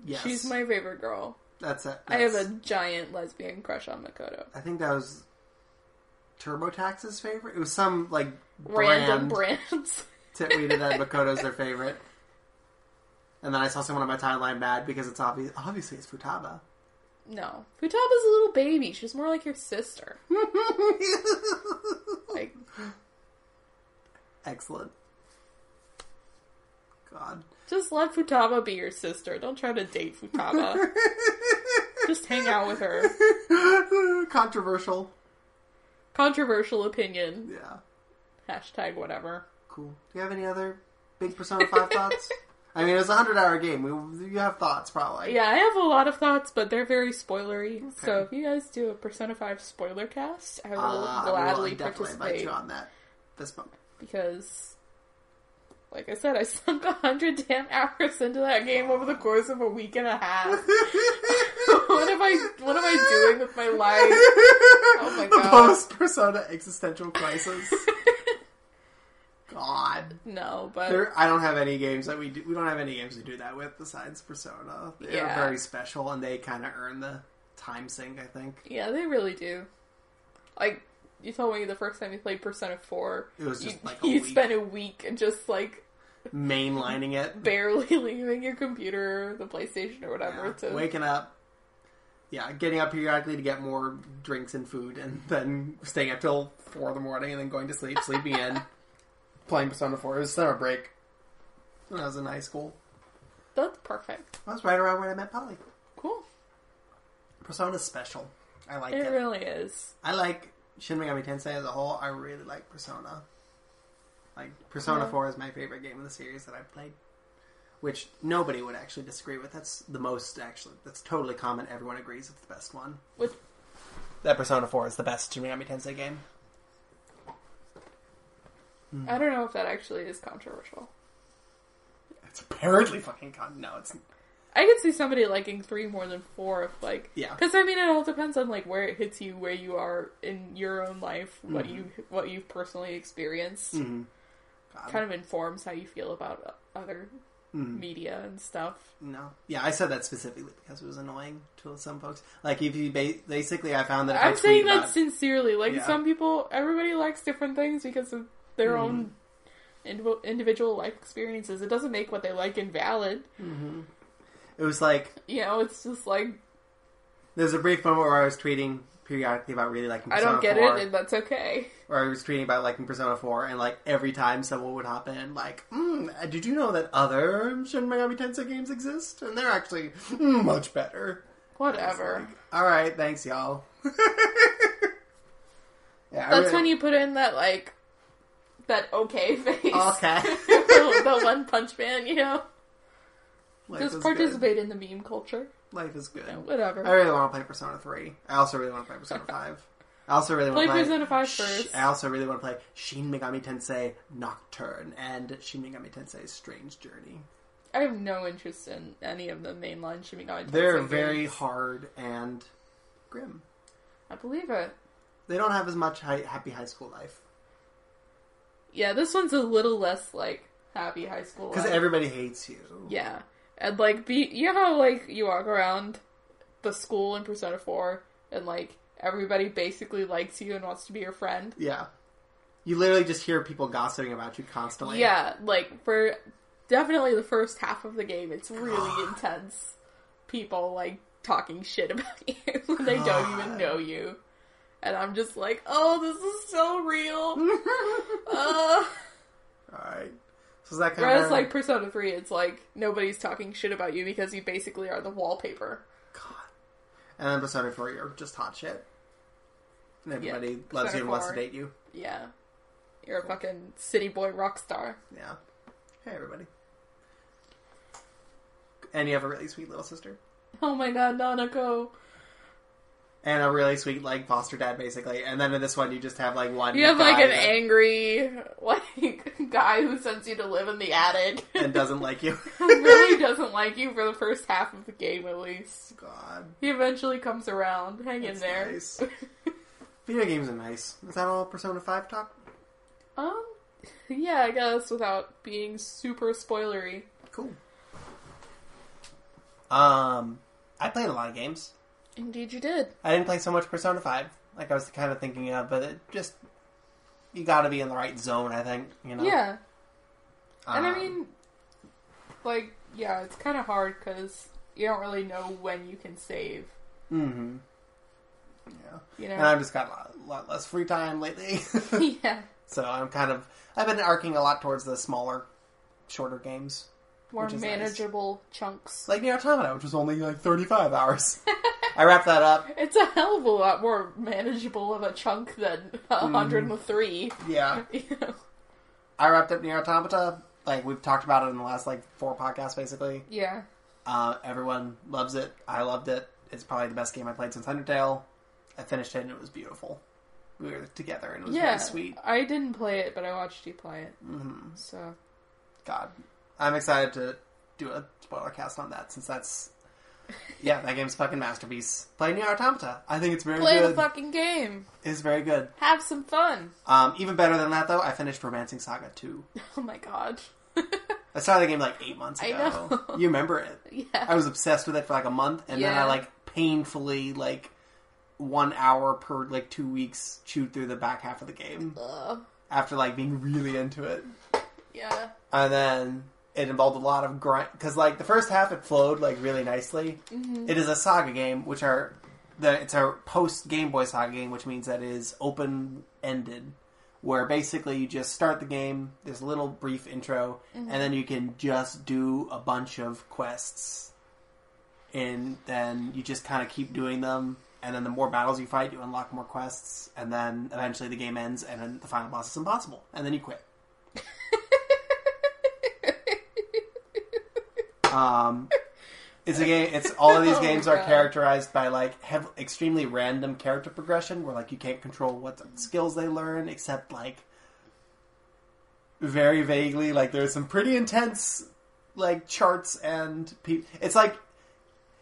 Speaker 1: Yes.
Speaker 2: She's my favorite girl.
Speaker 1: That's it.
Speaker 2: I have a
Speaker 1: That's-
Speaker 2: giant lesbian crush on Makoto.
Speaker 1: I think that was TurboTax's favorite. It was some like
Speaker 2: Random
Speaker 1: brand
Speaker 2: brands.
Speaker 1: that we did that Makoto's their favorite. And then I saw someone on my timeline mad because it's obvious. Obviously, it's Futaba.
Speaker 2: No. Futaba's a little baby. She's more like your sister. Like,
Speaker 1: Excellent. God.
Speaker 2: just let Futaba be your sister. Don't try to date Futaba. just hang out with her.
Speaker 1: Controversial.
Speaker 2: Controversial opinion.
Speaker 1: Yeah.
Speaker 2: Hashtag whatever.
Speaker 1: Cool. Do you have any other big Persona 5 thoughts? I mean, it's a 100 hour game. We, you have thoughts, probably.
Speaker 2: Yeah, I have a lot of thoughts, but they're very spoilery. So
Speaker 1: Okay.
Speaker 2: if you guys do a Persona 5 spoiler cast, I will
Speaker 1: Uh, I will
Speaker 2: gladly
Speaker 1: definitely invite
Speaker 2: participate.
Speaker 1: you on that. This book.
Speaker 2: Because, like I said, I sunk a hundred damn hours into that game over the course of a week and a half. what am I? What am I doing with my life?
Speaker 1: oh
Speaker 2: my
Speaker 1: The
Speaker 2: God.
Speaker 1: post Persona existential crisis. God,
Speaker 2: No, but
Speaker 1: there, I don't have any games that we do. We don't have any games we do that with besides Persona. They're
Speaker 2: Yeah.
Speaker 1: very special, and they kind of earn the time sync. I think.
Speaker 2: yeah, they really do. Like you told me the first time you played Persona Four,
Speaker 1: It was
Speaker 2: you,
Speaker 1: just like a
Speaker 2: you
Speaker 1: week.
Speaker 2: spent a week just like
Speaker 1: mainlining it.
Speaker 2: barely leaving your computer, the PlayStation, or whatever.
Speaker 1: Yeah,
Speaker 2: to
Speaker 1: Waking up, yeah, getting up periodically to get more drinks and food, and then staying up till four in the morning, and then going to sleep, sleeping in, playing Persona Four. It was summer break when I was in high school.
Speaker 2: that's perfect.
Speaker 1: That was right around when I met Polly.
Speaker 2: Cool.
Speaker 1: Persona's special. I like
Speaker 2: It
Speaker 1: it.
Speaker 2: really is.
Speaker 1: I like Shin Megami Tensei as a whole. I really like Persona. Like Persona
Speaker 2: Yeah.
Speaker 1: Four is my favorite game in the series that I've played, which nobody would actually disagree with. That's the most actually. That's totally common. Everyone agrees it's the best one.
Speaker 2: With
Speaker 1: That Persona Four is the best Shin Megami Tensei game. Hmm.
Speaker 2: I don't know if that actually is controversial.
Speaker 1: It's apparently fucking con. No, it's
Speaker 2: I could see somebody liking three more than four, if like,
Speaker 1: Yeah.
Speaker 2: Because I mean, it all depends on like where it hits you, where you are in your own life,
Speaker 1: Hmm.
Speaker 2: what you what you've personally experienced,
Speaker 1: Mm-hmm. God, Mm-hmm.
Speaker 2: kind of informs how you feel about other media and stuff.
Speaker 1: no. Yeah, I said that specifically because it was annoying to some folks. Like if you ba- basically, I found that if I
Speaker 2: I'm
Speaker 1: tweet
Speaker 2: saying that
Speaker 1: about-
Speaker 2: sincerely. Like
Speaker 1: Yeah.
Speaker 2: some people, everybody likes different things because of their own
Speaker 1: Mm-hmm.
Speaker 2: indiv- individual life experiences. It doesn't make what they like invalid.
Speaker 1: it was like
Speaker 2: You know, it's just like
Speaker 1: there's a brief moment where I was tweeting periodically about really liking.
Speaker 2: I
Speaker 1: Persona
Speaker 2: don't get
Speaker 1: 4.
Speaker 2: it, and that's okay.
Speaker 1: or I was tweeting about liking Persona 4, and like every time someone would hop in, like, mm, did you know that other Shin Megami Tensei games exist? And they're actually mm, much better.
Speaker 2: Whatever.
Speaker 1: All right, thanks, y'all. yeah,
Speaker 2: That's when you put in that like that okay face.
Speaker 1: Oh, Okay.
Speaker 2: the, the One Punch Man, you know,
Speaker 1: Life
Speaker 2: just
Speaker 1: is
Speaker 2: participate in the meme culture.
Speaker 1: Good. Life is good.
Speaker 2: Whatever.
Speaker 1: I really want to play Persona 3. I also really want to play Persona 5. I also really want
Speaker 2: Play
Speaker 1: to play
Speaker 2: Persona 5
Speaker 1: Sh-
Speaker 2: first.
Speaker 1: I also really want to play Shin Megami Tensei Nocturne and Shin Megami Tensei Strange Journey.
Speaker 2: I have no interest in any of the mainline Shimigami.
Speaker 1: They're
Speaker 2: Tensei
Speaker 1: very
Speaker 2: games.
Speaker 1: hard and grim.
Speaker 2: I believe it.
Speaker 1: They don't have as much high, happy high school life
Speaker 2: Yeah, this one's a little less like happy high school.
Speaker 1: because
Speaker 2: life.
Speaker 1: everybody hates you.
Speaker 2: yeah, and like be you know how like you walk around the school in Persona Four and like everybody basically likes you and wants to be your friend.
Speaker 1: Yeah. You literally just hear people gossiping about you constantly.
Speaker 2: Yeah, like for definitely the first half of the game, it's really intense. People like talking shit about you when they don't even
Speaker 1: God.
Speaker 2: know you, and I'm just like, oh, this is so real. uh,
Speaker 1: Alright. So is that kind
Speaker 2: whereas
Speaker 1: of
Speaker 2: like Persona Three, it's like nobody's talking shit about you because you basically are the wallpaper.
Speaker 1: God. And then Persona 4, you're just hot shit. And everybody loves you
Speaker 2: Persona
Speaker 1: and wants to
Speaker 2: 4.
Speaker 1: date you.
Speaker 2: Yeah, you're a fucking city boy rock star.
Speaker 1: Yeah. Hey, everybody. And you have a really sweet little sister.
Speaker 2: Oh my god, Nanako.
Speaker 1: And a really sweet, like, foster dad, basically. And then in this one, you just have, like, one.
Speaker 2: You have like
Speaker 1: guy
Speaker 2: an
Speaker 1: that-
Speaker 2: angry like guy who sends you to live in the attic.
Speaker 1: And doesn't like you.
Speaker 2: really doesn't like you for the first half of the game, at least.
Speaker 1: God.
Speaker 2: He eventually comes around. Hang in
Speaker 1: That's
Speaker 2: there.
Speaker 1: nice. Video games are nice. Is that all Persona 5 talk?
Speaker 2: um, yeah, I guess without being super spoilery.
Speaker 1: Cool. Um, I played a lot of games.
Speaker 2: Indeed, you did.
Speaker 1: I didn't play so much Persona 5, like I was kind of thinking of, but it just, you gotta be in the right zone, I think, you know?
Speaker 2: Yeah, and I
Speaker 1: Um,
Speaker 2: mean, like, yeah, it's kind of hard because you don't really know when you can save.
Speaker 1: mhm. mm-hmm. Yeah.
Speaker 2: You
Speaker 1: And I've
Speaker 2: know?
Speaker 1: just got a lot, lot less free time lately.
Speaker 2: yeah,
Speaker 1: so I'm kind of, I've been arcing a lot towards the smaller, shorter games.
Speaker 2: more
Speaker 1: Which is nice.
Speaker 2: manageable chunks.
Speaker 1: Like Near Automata, which was only like 35 hours. I wrapped that up.
Speaker 2: It's a hell of a lot more manageable of a chunk than
Speaker 1: Mm.
Speaker 2: a hundred and three.
Speaker 1: Yeah.
Speaker 2: You know?
Speaker 1: I wrapped up Near Automata. Like we've talked about it in the last like four podcasts, basically.
Speaker 2: Yeah.
Speaker 1: Uh, everyone loves it. I loved it. It's probably the best game I played since Undertale. I finished it and it was beautiful. We were together and it was
Speaker 2: Yeah,
Speaker 1: really sweet.
Speaker 2: I didn't play it, but I watched you play it. Mm-hmm. So
Speaker 1: God, I'm excited to do a spoiler cast on that since that's yeah, that game's a fucking masterpiece. Play Near Automata. I think it's very
Speaker 2: play the
Speaker 1: good.
Speaker 2: fucking game.
Speaker 1: it's very good.
Speaker 2: Have some fun.
Speaker 1: Um, even better than that though, I finished Romancing Saga 2.
Speaker 2: Oh my god.
Speaker 1: I started the game like eight months
Speaker 2: I
Speaker 1: ago.
Speaker 2: know.
Speaker 1: You remember it?
Speaker 2: yeah.
Speaker 1: I was obsessed with it for like a month, and then
Speaker 2: Yeah.
Speaker 1: I like painfully like one hour per like two weeks chewed through the back half of the game
Speaker 2: Ugh.
Speaker 1: after like being really into it.
Speaker 2: Yeah.
Speaker 1: and then it involved a lot of grind because like the first half it flowed like really nicely It is a saga game which are the it's a post game boy saga game which means that it is open ended where basically you just start the game there's a little brief intro and then you can just do a bunch of quests and then you just kind of keep doing them and then the more battles you fight you unlock more quests and then eventually the game ends and then the final boss is impossible and then you quit Um, it's a game. It's all of these
Speaker 2: Oh my
Speaker 1: games are
Speaker 2: God.
Speaker 1: characterized by like have extremely random character progression, where like you can't control what skills they learn, except like very vaguely. Like there's some pretty intense like charts and pe- it's like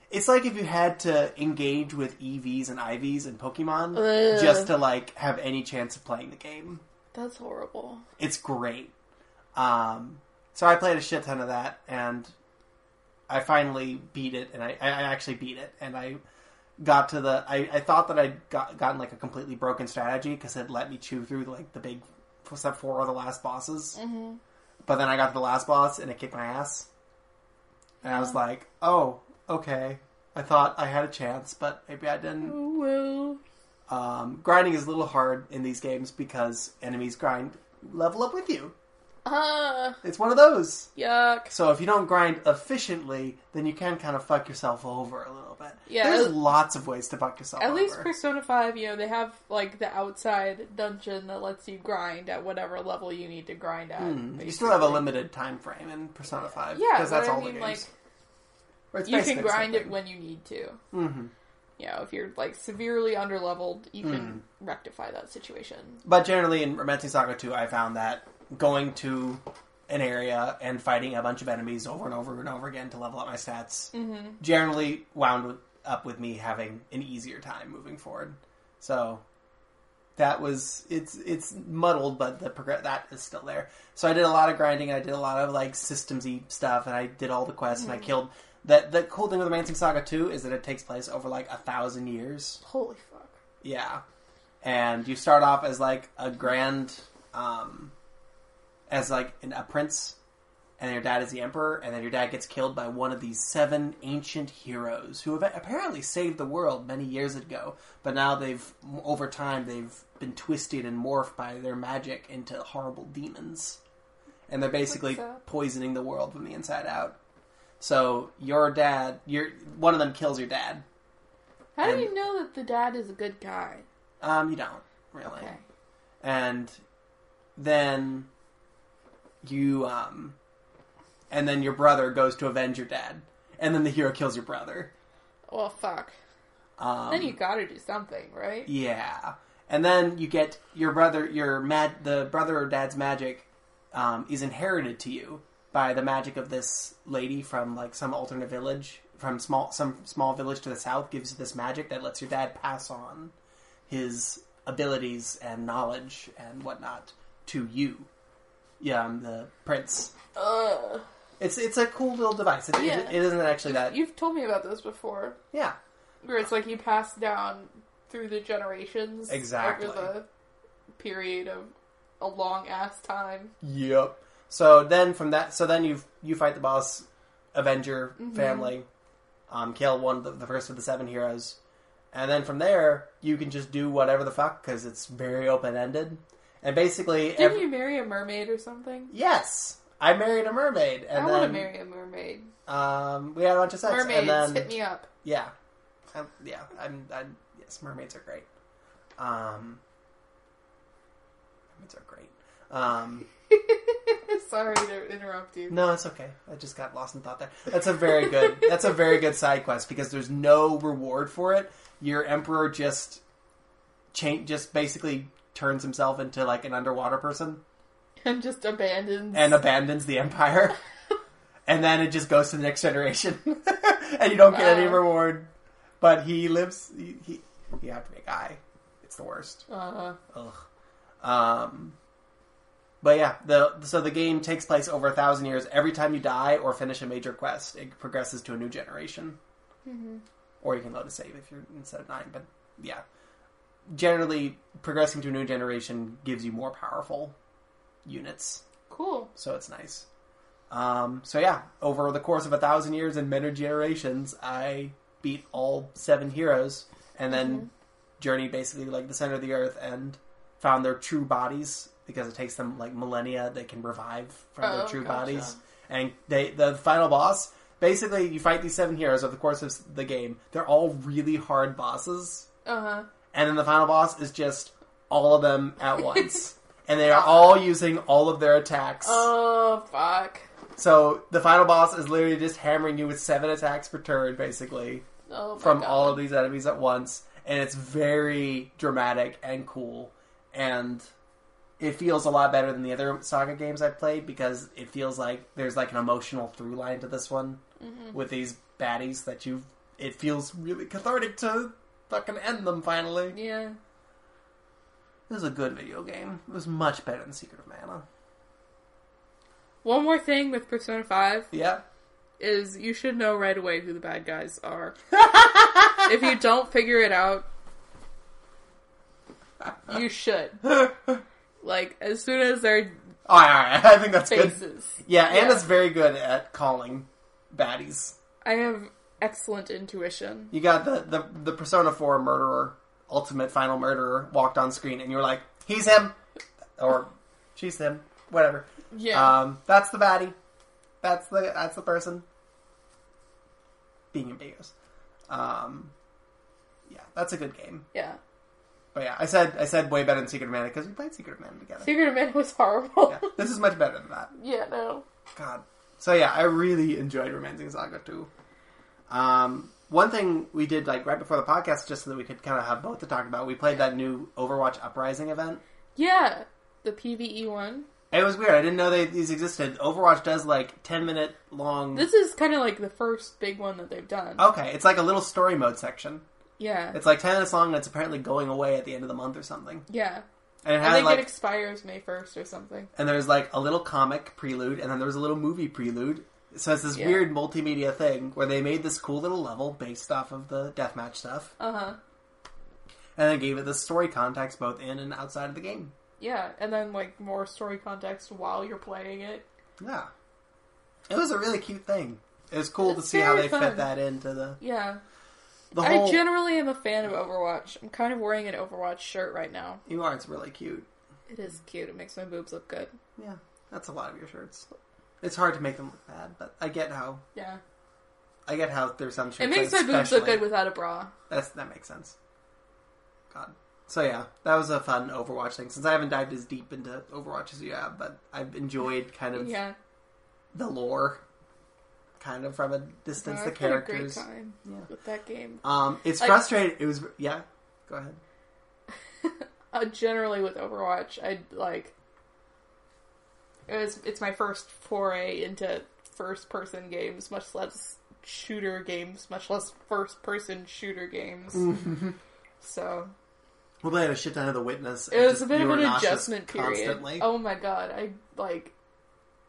Speaker 1: it's like if you had to engage with EVs and IVs and Pokemon
Speaker 2: Ugh.
Speaker 1: just to like have any chance of playing the game
Speaker 2: That's horrible.
Speaker 1: it's great. Um, so I played a shit ton of that, and I finally beat it, and I, I I actually beat it, and I got to the. I, I thought that I'd got, gotten like a completely broken strategy because it let me chew through like the big except four of the last bosses. Mm-hmm. But then I got to the last boss, and it kicked my ass, and I was like, "Oh, okay." I thought I had a chance, but maybe I didn't.
Speaker 2: Well,
Speaker 1: Um, grinding is a little hard in these games because enemies grind level up with you.
Speaker 2: uh,
Speaker 1: It's one of those.
Speaker 2: yuck.
Speaker 1: So if you don't grind efficiently, then you can kind of fuck yourself over a little bit.
Speaker 2: Yeah,
Speaker 1: there's
Speaker 2: at-
Speaker 1: lots of ways to fuck yourself.
Speaker 2: At
Speaker 1: over.
Speaker 2: least Persona 5, you know, they have, like, the outside dungeon that lets you grind at whatever level you need to grind at.
Speaker 1: Mm, you still have a
Speaker 2: basically.
Speaker 1: limited time frame in Persona Five.
Speaker 2: Yeah,
Speaker 1: because that's
Speaker 2: but I
Speaker 1: all
Speaker 2: mean,
Speaker 1: the
Speaker 2: like,
Speaker 1: games. Or it's
Speaker 2: you can
Speaker 1: basically
Speaker 2: grind
Speaker 1: the same
Speaker 2: it when you need to.
Speaker 1: thing. Mhm.
Speaker 2: You know, if you're, like, severely underleveled, you can
Speaker 1: Hmm.
Speaker 2: rectify that situation.
Speaker 1: But generally, in Romancing Saga Two, I found that going to an area and fighting a bunch of enemies over and over and over again to level up my stats generally wound with- up with me having an easier time moving forward. So that was it's it's muddled, but the progress that is still there. So I did a lot of grinding. I did a lot of like systemsy stuff, and I did all the quests, and I killed. That the cool thing with Romancing Saga Two is that it takes place over like a thousand years.
Speaker 2: Holy fuck.
Speaker 1: Yeah. And you start off as like a grand, um, as like an, a prince, and your dad is the emperor, and then your dad gets killed by one of these seven ancient heroes who have apparently saved the world many years ago, but now they've, over time, they've been twisted and morphed by their magic into horrible demons. And they're basically
Speaker 2: That's sad.
Speaker 1: poisoning the world from the inside out. So your dad, your one of them kills your dad.
Speaker 2: How do
Speaker 1: And-
Speaker 2: you know that the dad is a good guy?
Speaker 1: Um, you don't really
Speaker 2: Okay.
Speaker 1: and then you um and then your brother goes to avenge your dad and then the hero kills your brother
Speaker 2: Well, fuck.
Speaker 1: um
Speaker 2: Then you gotta do something, right?
Speaker 1: yeah and then you get your brother your mad the brother or dad's magic um is inherited to you by the magic of this lady from like some alternate village from small some small village to the south gives you this magic that lets your dad pass on his abilities and knowledge and whatnot to you yeah um, the prince
Speaker 2: Ugh.
Speaker 1: It's it's a cool little device. It,
Speaker 2: Yeah.
Speaker 1: it, it isn't actually that.
Speaker 2: You've told me about this before,
Speaker 1: Yeah,
Speaker 2: where it's like you pass down through the generations
Speaker 1: Exactly.
Speaker 2: over the period of a long ass time.
Speaker 1: Yep. So then from that, so then you you fight the boss, avenge your
Speaker 2: Mm-hmm.
Speaker 1: family, um, kill one of the, the first of the seven heroes, and then from there you can just do whatever the fuck because it's very open ended, and basically
Speaker 2: Didn't
Speaker 1: ev-
Speaker 2: you marry a mermaid or something?
Speaker 1: yes, I married a mermaid,
Speaker 2: I
Speaker 1: and
Speaker 2: want to
Speaker 1: then
Speaker 2: marry a mermaid.
Speaker 1: um we had a bunch of sex,
Speaker 2: Mermaids
Speaker 1: and then
Speaker 2: hit me up.
Speaker 1: Yeah, Um, yeah. I'm, I'm. Yes, mermaids are great. Um, mermaids are great. Um,
Speaker 2: Sorry to interrupt you.
Speaker 1: no, it's okay. I just got lost in thought there. That's a very good. that's a very good side quest because there's no reward for it. Your emperor just change, just basically turns himself into like an underwater person
Speaker 2: And just abandons.
Speaker 1: and uh, abandons the empire, and then it just goes to the next generation, and you don't get any
Speaker 2: Wow.
Speaker 1: reward. But he lives. He, he you have to make eye. It's the worst.
Speaker 2: uh,
Speaker 1: Ugh. Um, but yeah, the so the game takes place over a thousand years. Every time you die or finish a major quest, it progresses to a new generation. Or you can load a save if you're instead of nine, but yeah, generally progressing to a new generation gives you more powerful units,
Speaker 2: Cool.
Speaker 1: so it's nice. Um, so yeah, over the course of a thousand years and many generations, I beat all seven heroes, and then
Speaker 2: Mm-hmm.
Speaker 1: journeyed basically like the center of the earth and found their true bodies because it takes them like millennia they can revive from
Speaker 2: Oh,
Speaker 1: their true
Speaker 2: gotcha.
Speaker 1: bodies. And they the final boss basically you fight these seven heroes over the course of the game. They're all really hard bosses,
Speaker 2: Uh huh.
Speaker 1: and then the final boss is just all of them at once. And they are all using all of their attacks.
Speaker 2: Oh fuck.
Speaker 1: so the final boss is literally just hammering you with seven attacks per turn, basically
Speaker 2: Oh my
Speaker 1: from
Speaker 2: God.
Speaker 1: all of these enemies at once, and it's very dramatic and cool, and it feels a lot better than the other Saga games I've played because it feels like there's like an emotional through line to this one
Speaker 2: Mm-hmm.
Speaker 1: with these baddies that you. It feels really cathartic to fucking end them finally.
Speaker 2: Yeah.
Speaker 1: This is a good video game. It was much better than Secret of Mana.
Speaker 2: One more thing with Persona Five
Speaker 1: Yeah.
Speaker 2: is you should know right away who the bad guys are. if you don't figure it out, you should. Like as soon as their
Speaker 1: All right, all right. I think that's good.
Speaker 2: faces.
Speaker 1: Yeah,
Speaker 2: Yeah.
Speaker 1: Anna's very good at calling baddies.
Speaker 2: I have excellent intuition.
Speaker 1: You got the, the, the Persona 4 murderer, ultimate final murderer, walked on screen, and you were like, he's him! Or she's him. Whatever.
Speaker 2: Yeah.
Speaker 1: Um, that's the baddie. That's the that's the person. Being ambiguous. Um, yeah, that's a good game.
Speaker 2: yeah.
Speaker 1: But yeah, I said I said way better than Secret of Mana because we played Secret of Mana together.
Speaker 2: Secret of Mana was horrible.
Speaker 1: Yeah, this is much better than that.
Speaker 2: yeah no.
Speaker 1: God. So yeah, I really enjoyed Romancing Saga too. Um, one thing we did like right before the podcast, just so that we could kind of have both to talk about, we played that new Overwatch Uprising event.
Speaker 2: Yeah. The PVE one.
Speaker 1: It was weird. I didn't know they, these existed. Overwatch does like ten minute long.
Speaker 2: This is kind of like the first big one that they've done.
Speaker 1: Okay, it's like a little story mode section.
Speaker 2: yeah.
Speaker 1: It's like ten minutes long, and it's apparently going away at the end of the month or something.
Speaker 2: Yeah.
Speaker 1: And it
Speaker 2: I
Speaker 1: had
Speaker 2: think
Speaker 1: like,
Speaker 2: it expires May 1st or something.
Speaker 1: and there's like a little comic prelude, and then there was a little movie prelude. So it's this
Speaker 2: Yeah.
Speaker 1: weird multimedia thing where they made this cool little level based off of the deathmatch stuff.
Speaker 2: Uh huh.
Speaker 1: and then gave it the story context both in and outside of the game.
Speaker 2: Yeah. And then, like, more story context while you're playing it.
Speaker 1: Yeah, it was a really cute thing. It was cool
Speaker 2: It's
Speaker 1: to see how
Speaker 2: very
Speaker 1: they
Speaker 2: fun.
Speaker 1: fit that into the
Speaker 2: Yeah.
Speaker 1: the whole.
Speaker 2: I generally am a fan of Overwatch. I'm kind of wearing an Overwatch shirt right now.
Speaker 1: You are. It's really cute.
Speaker 2: It is cute. It makes my boobs look good.
Speaker 1: Yeah, that's a lot of your shirts. It's hard to make them look bad, but I get how
Speaker 2: Yeah.
Speaker 1: I get how there's some shirts.
Speaker 2: It makes my
Speaker 1: that
Speaker 2: boobs look
Speaker 1: especially-
Speaker 2: good without a bra.
Speaker 1: That's, that makes sense. God. So yeah, that was a fun Overwatch thing. Since I haven't dived as deep into Overwatch as you have, but I've enjoyed kind of
Speaker 2: Yeah.
Speaker 1: the lore, kind of from a distance.
Speaker 2: No,
Speaker 1: the
Speaker 2: I've had a great
Speaker 1: characters.
Speaker 2: time
Speaker 1: Yeah.
Speaker 2: with that game.
Speaker 1: Um, it's
Speaker 2: Like-
Speaker 1: frustrating. It was yeah. Go ahead.
Speaker 2: uh, generally with Overwatch, I like it was, it's my first foray into first person games, much less shooter games, much less first person shooter games. so
Speaker 1: Well, they had a shit ton of the witness.
Speaker 2: it
Speaker 1: and
Speaker 2: was
Speaker 1: just-
Speaker 2: a bit
Speaker 1: you
Speaker 2: of
Speaker 1: were
Speaker 2: an
Speaker 1: nauseous
Speaker 2: adjustment period.
Speaker 1: Constantly.
Speaker 2: Oh my god, I like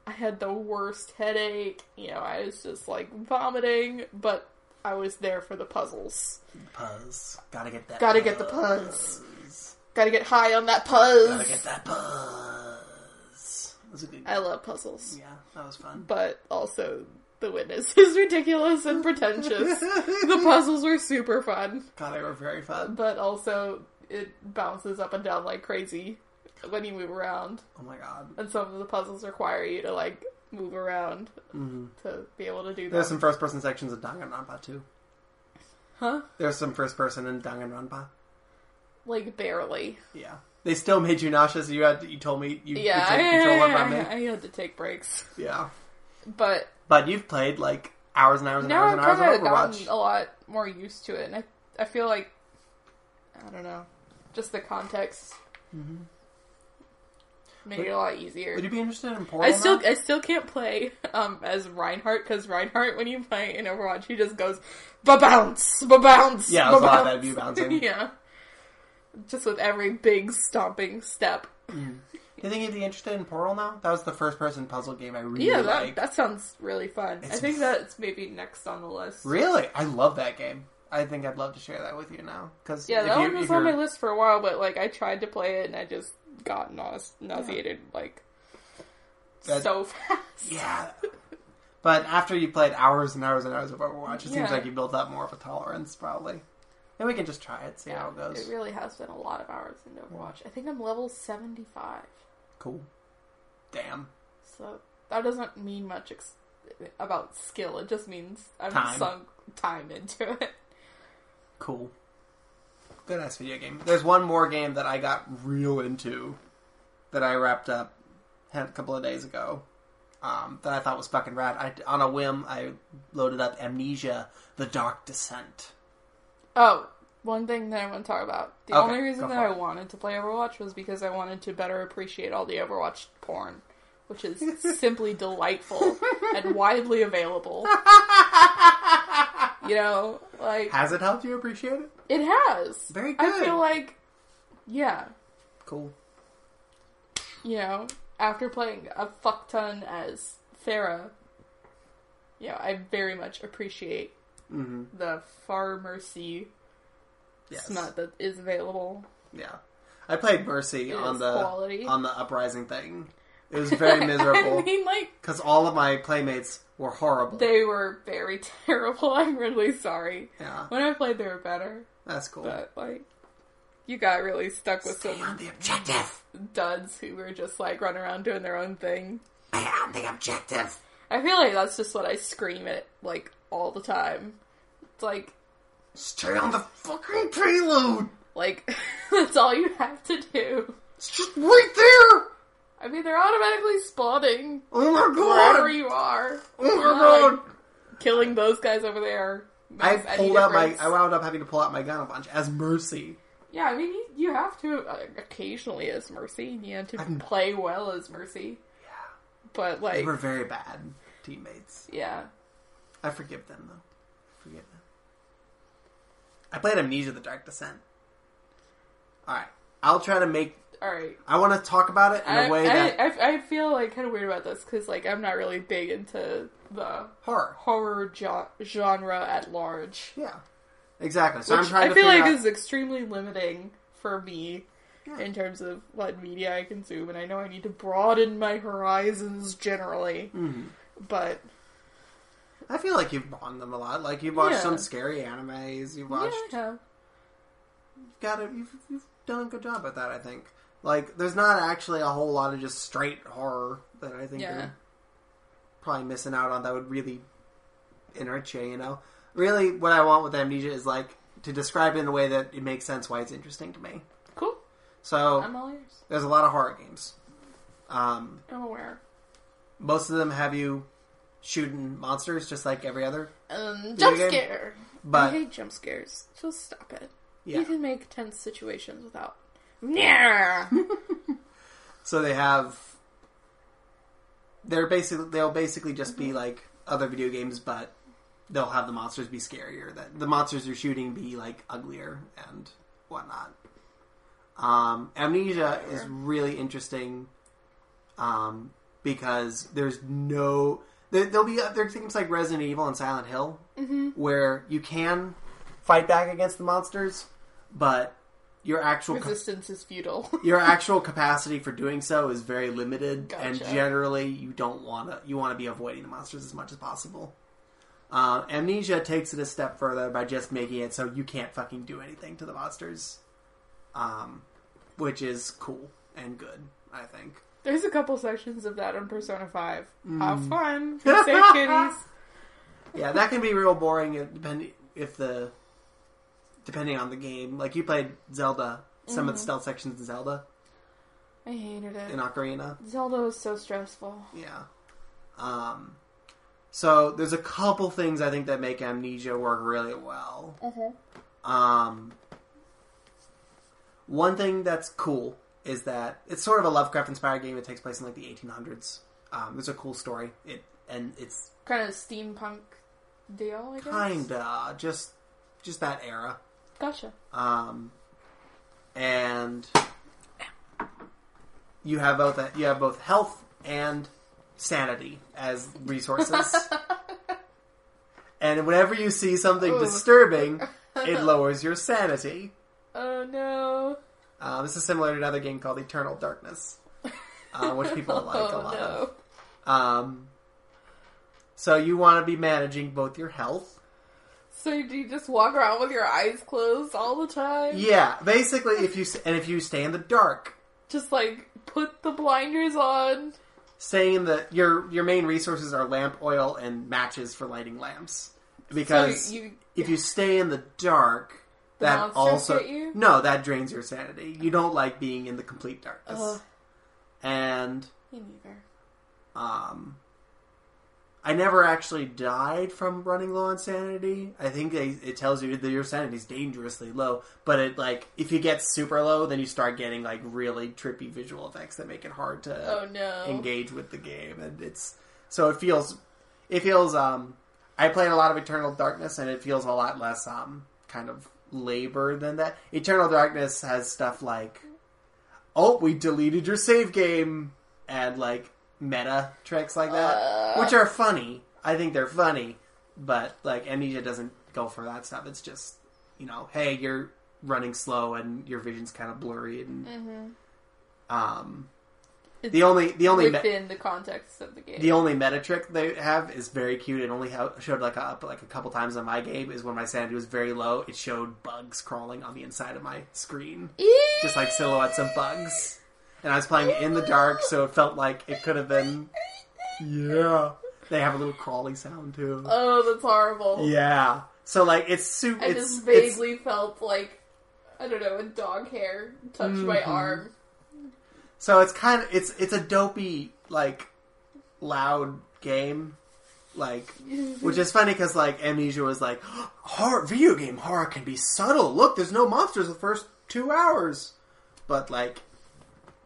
Speaker 2: I had the worst headache. You know, I was just like vomiting, but I was there for the puzzles.
Speaker 1: Puzz. Gotta get that.
Speaker 2: Gotta get the puns. Gotta get high on that puzz.
Speaker 1: Gotta get that puzz. That was a good.
Speaker 2: I love puzzles.
Speaker 1: yeah, that was fun.
Speaker 2: but also the witness is ridiculous and pretentious. the puzzles were super fun,
Speaker 1: God, they were very fun.
Speaker 2: but also it bounces up and down like crazy when you move around.
Speaker 1: Oh my god.
Speaker 2: And some of the puzzles require you to like move around to be able to do
Speaker 1: Mm-hmm. There's
Speaker 2: that.
Speaker 1: some first person sections of Danganronpa too.
Speaker 2: Huh?
Speaker 1: There's some first person in Danganronpa.
Speaker 2: Like barely.
Speaker 1: Yeah. They still made you nauseous. You had. You told me you,
Speaker 2: Yeah,
Speaker 1: you
Speaker 2: I,
Speaker 1: took control over
Speaker 2: I-
Speaker 1: me.
Speaker 2: I had to take breaks,
Speaker 1: Yeah.
Speaker 2: but
Speaker 1: But you've played like hours and hours and
Speaker 2: now
Speaker 1: hours
Speaker 2: I've
Speaker 1: and hours of
Speaker 2: kind of
Speaker 1: Overwatch.
Speaker 2: gotten a lot more used to it, and I I feel like I don't know, just the context
Speaker 1: Mm-hmm.
Speaker 2: made it a lot easier.
Speaker 1: Would you be interested in Portal?
Speaker 2: I still
Speaker 1: now?
Speaker 2: I still can't play um as Reinhardt because Reinhardt when you play in Overwatch he just goes ba bounce ba bounce
Speaker 1: Yeah, it was a lot of that view bouncing.
Speaker 2: yeah just with every big stomping step
Speaker 1: Do you think you'd be interested in Portal now? That was the first person puzzle game I really
Speaker 2: yeah that
Speaker 1: liked.
Speaker 2: that sounds really fun I
Speaker 1: It's-
Speaker 2: think that's maybe next on the list
Speaker 1: Really? I love that game. I I think I'd love to share that with you now because
Speaker 2: Yeah, that one was on my list for a while, but like I tried to play it and I just got nause- nauseated like
Speaker 1: That-
Speaker 2: so fast.
Speaker 1: Yeah. But after you played hours and hours and hours of Overwatch, it seems
Speaker 2: Yeah.
Speaker 1: like you built up more of a tolerance, probably. And we can just try it, see how it goes.
Speaker 2: It really has been a lot of hours in Overwatch. I think I'm level 75.
Speaker 1: Cool. Damn.
Speaker 2: So that doesn't mean much ex- about skill. It just means I've
Speaker 1: Time.
Speaker 2: sunk time into it.
Speaker 1: Cool. Good ass video game. There's one more game that I got real into that I wrapped up had a couple of days ago um, that I thought was fucking rad. I, on a whim, I loaded up Amnesia: The Dark Descent.
Speaker 2: Oh, one thing that I want to talk about. The
Speaker 1: Okay,
Speaker 2: only reason
Speaker 1: go
Speaker 2: that
Speaker 1: for
Speaker 2: I
Speaker 1: it.
Speaker 2: wanted to play Overwatch was because I wanted to better appreciate all the Overwatch porn, which is simply delightful and widely available. You know, like
Speaker 1: Has it helped you appreciate it?
Speaker 2: it has.
Speaker 1: Very
Speaker 2: I
Speaker 1: good.
Speaker 2: feel like, yeah,
Speaker 1: Cool.
Speaker 2: you know, after playing a fuck ton as Farah, you know, I very much appreciate the far mercy
Speaker 1: Mm-hmm. Yes.
Speaker 2: smut that is available.
Speaker 1: Yeah, I played Mercy
Speaker 2: It
Speaker 1: on
Speaker 2: is
Speaker 1: the
Speaker 2: quality.
Speaker 1: on the uprising thing. It was very
Speaker 2: I
Speaker 1: miserable
Speaker 2: mean, like
Speaker 1: because all of my playmates were horrible.
Speaker 2: they were very terrible. I'm really sorry.
Speaker 1: yeah,
Speaker 2: When I played, they were better,
Speaker 1: that's cool.
Speaker 2: but like. You got really stuck with
Speaker 1: Stay
Speaker 2: some
Speaker 1: on the objective.
Speaker 2: duds who were just like running around doing their own thing.
Speaker 1: Stay on the objective.
Speaker 2: I feel like that's just what I scream at like all the time. It's like
Speaker 1: Stay on the fucking payload.
Speaker 2: Like, that's all you have to do.
Speaker 1: It's just right there.
Speaker 2: I mean, they're automatically spawning
Speaker 1: Oh my
Speaker 2: wherever
Speaker 1: god.
Speaker 2: you are.
Speaker 1: Oh my god.
Speaker 2: Killing those guys over there.
Speaker 1: I
Speaker 2: makes any
Speaker 1: pulled out my.
Speaker 2: difference.
Speaker 1: I wound up having to pull out my gun a bunch as Mercy.
Speaker 2: yeah, I mean, you, you have to uh, occasionally as Mercy, you know, to play well as Mercy. Yeah. But,
Speaker 1: They
Speaker 2: like,
Speaker 1: were very bad teammates.
Speaker 2: yeah.
Speaker 1: I forgive them though. I forgive them. I played Amnesia: The Dark Descent. All right, I'll try to make.
Speaker 2: Alright.
Speaker 1: I want to talk about it in
Speaker 2: I,
Speaker 1: a way that
Speaker 2: I, I, I feel, like, kind of weird about this, because, like, I'm not really big into the
Speaker 1: horror.
Speaker 2: horror jo- genre at large.
Speaker 1: Yeah, exactly. So I'm
Speaker 2: Which
Speaker 1: trying
Speaker 2: I
Speaker 1: to
Speaker 2: feel
Speaker 1: figure
Speaker 2: like
Speaker 1: out.
Speaker 2: is extremely limiting for me in terms of what media I consume, and I know I need to broaden my horizons generally.
Speaker 1: Mm-hmm.
Speaker 2: But
Speaker 1: I feel like you've watched them a lot. Like you've watched
Speaker 2: Yeah.
Speaker 1: some scary animes. You've watched.
Speaker 2: yeah,
Speaker 1: You've got it. You've, you've done a good job at that. I think. Like there's not actually a whole lot of just straight horror that I think
Speaker 2: yeah,
Speaker 1: you're probably missing out on that would really enrich you, you know? Really, what I want with Amnesia is like to describe it in a way that it makes sense why it's interesting to me.
Speaker 2: cool.
Speaker 1: So,
Speaker 2: I'm all ears.
Speaker 1: there's a lot of horror games. Um,
Speaker 2: I'm aware.
Speaker 1: most of them have you shooting monsters just like every other,
Speaker 2: Um, jump
Speaker 1: game?
Speaker 2: scare. I
Speaker 1: but
Speaker 2: hate jump scares. Just stop it.
Speaker 1: yeah.
Speaker 2: You can make tense situations without. Yeah.
Speaker 1: So they have they're basically they'll basically just be like other video games but they'll have the monsters be scarier that the monsters you're shooting be like uglier and whatnot um, amnesia is really interesting um, because there's no there, there'll be other things like resident evil and silent hill where you can fight back against the monsters but your actual
Speaker 2: Resistance is futile.
Speaker 1: your actual capacity for doing so is very limited, and
Speaker 2: Gotcha.
Speaker 1: generally you don't want to. You want to be avoiding the monsters as much as possible. Um, Amnesia takes it a step further by just making it so you can't fucking do anything to the monsters, um, which is cool and good. I think.
Speaker 2: There's a couple sections of that on Persona Five.
Speaker 1: Mm.
Speaker 2: Have fun. Be safe, kitties.
Speaker 1: Yeah, that can be real boring depending if the depending on the game. Like you played Zelda, some of the stealth sections in Zelda
Speaker 2: I hated it.
Speaker 1: in Ocarina.
Speaker 2: Zelda was so stressful.
Speaker 1: Yeah. Um, so there's a couple things I think that make Amnesia work really well. Um, one thing that's cool is that it's sort of a Lovecraft-inspired game. It takes place in like the 1800s. Um, there's a cool story. It and it's
Speaker 2: Kind of steampunk deal, I guess.
Speaker 1: kinda just just that era.
Speaker 2: Gotcha.
Speaker 1: Um, and you have both uh, you have both health and sanity as resources. and whenever you see something
Speaker 2: Ooh.
Speaker 1: disturbing,
Speaker 2: thought
Speaker 1: it
Speaker 2: that-
Speaker 1: lowers your sanity.
Speaker 2: Oh no.
Speaker 1: Uh, this is similar to another game called Eternal Darkness, uh, which people like a
Speaker 2: oh
Speaker 1: lot
Speaker 2: no.
Speaker 1: of. Um, so you want to be managing both your health.
Speaker 2: So do you just walk around with your eyes closed all the time?
Speaker 1: Yeah, basically, if you s- and if you stay in the dark,
Speaker 2: Just like put the blinders on. Oh,
Speaker 1: saying that your your main resources are lamp oil and matches for lighting lamps because
Speaker 2: so you
Speaker 1: if you stay in the dark
Speaker 2: The
Speaker 1: that
Speaker 2: monsters
Speaker 1: also
Speaker 2: get you?
Speaker 1: no that drains your sanity you don't like being in the complete darkness
Speaker 2: Ugh.
Speaker 1: and
Speaker 2: me neither.
Speaker 1: um i never actually died from running low on sanity i think they, it tells you that your sanity's dangerously low but it like if you get super low then you start getting like really trippy visual effects that make it hard to
Speaker 2: Oh no.
Speaker 1: engage with the game and it's so it feels it feels um i played a lot of eternal darkness and it feels a lot less um kind of labor than that eternal darkness has stuff like oh we deleted your save game and like meta tricks like that
Speaker 2: Uh.
Speaker 1: which are funny i think they're funny but like amnesia doesn't go for that stuff it's just you know hey you're running slow and your vision's kind of blurry and
Speaker 2: Mhm.
Speaker 1: um
Speaker 2: It's
Speaker 1: the only the only me-
Speaker 2: within the context of the game.
Speaker 1: the only meta trick they have is very cute and only ho- showed like a, up like a couple times on my game is when my sanity was very low. It showed bugs crawling on the inside of my screen,
Speaker 2: Eee!
Speaker 1: just like silhouettes of bugs. And I was playing it in the dark, so it felt like it could have been. Yeah, they have a little crawly sound too.
Speaker 2: Oh, that's horrible.
Speaker 1: Yeah, so like it's super.
Speaker 2: I
Speaker 1: It's,
Speaker 2: just
Speaker 1: it's
Speaker 2: vaguely felt like I don't know, a dog hair touched my
Speaker 1: Mhm.
Speaker 2: arm.
Speaker 1: so it's kind of it's it's a dopey like loud game, like Which is funny because like Amnesia was like, horror video game horror can be subtle. Look, there's no monsters the first two hours, but like,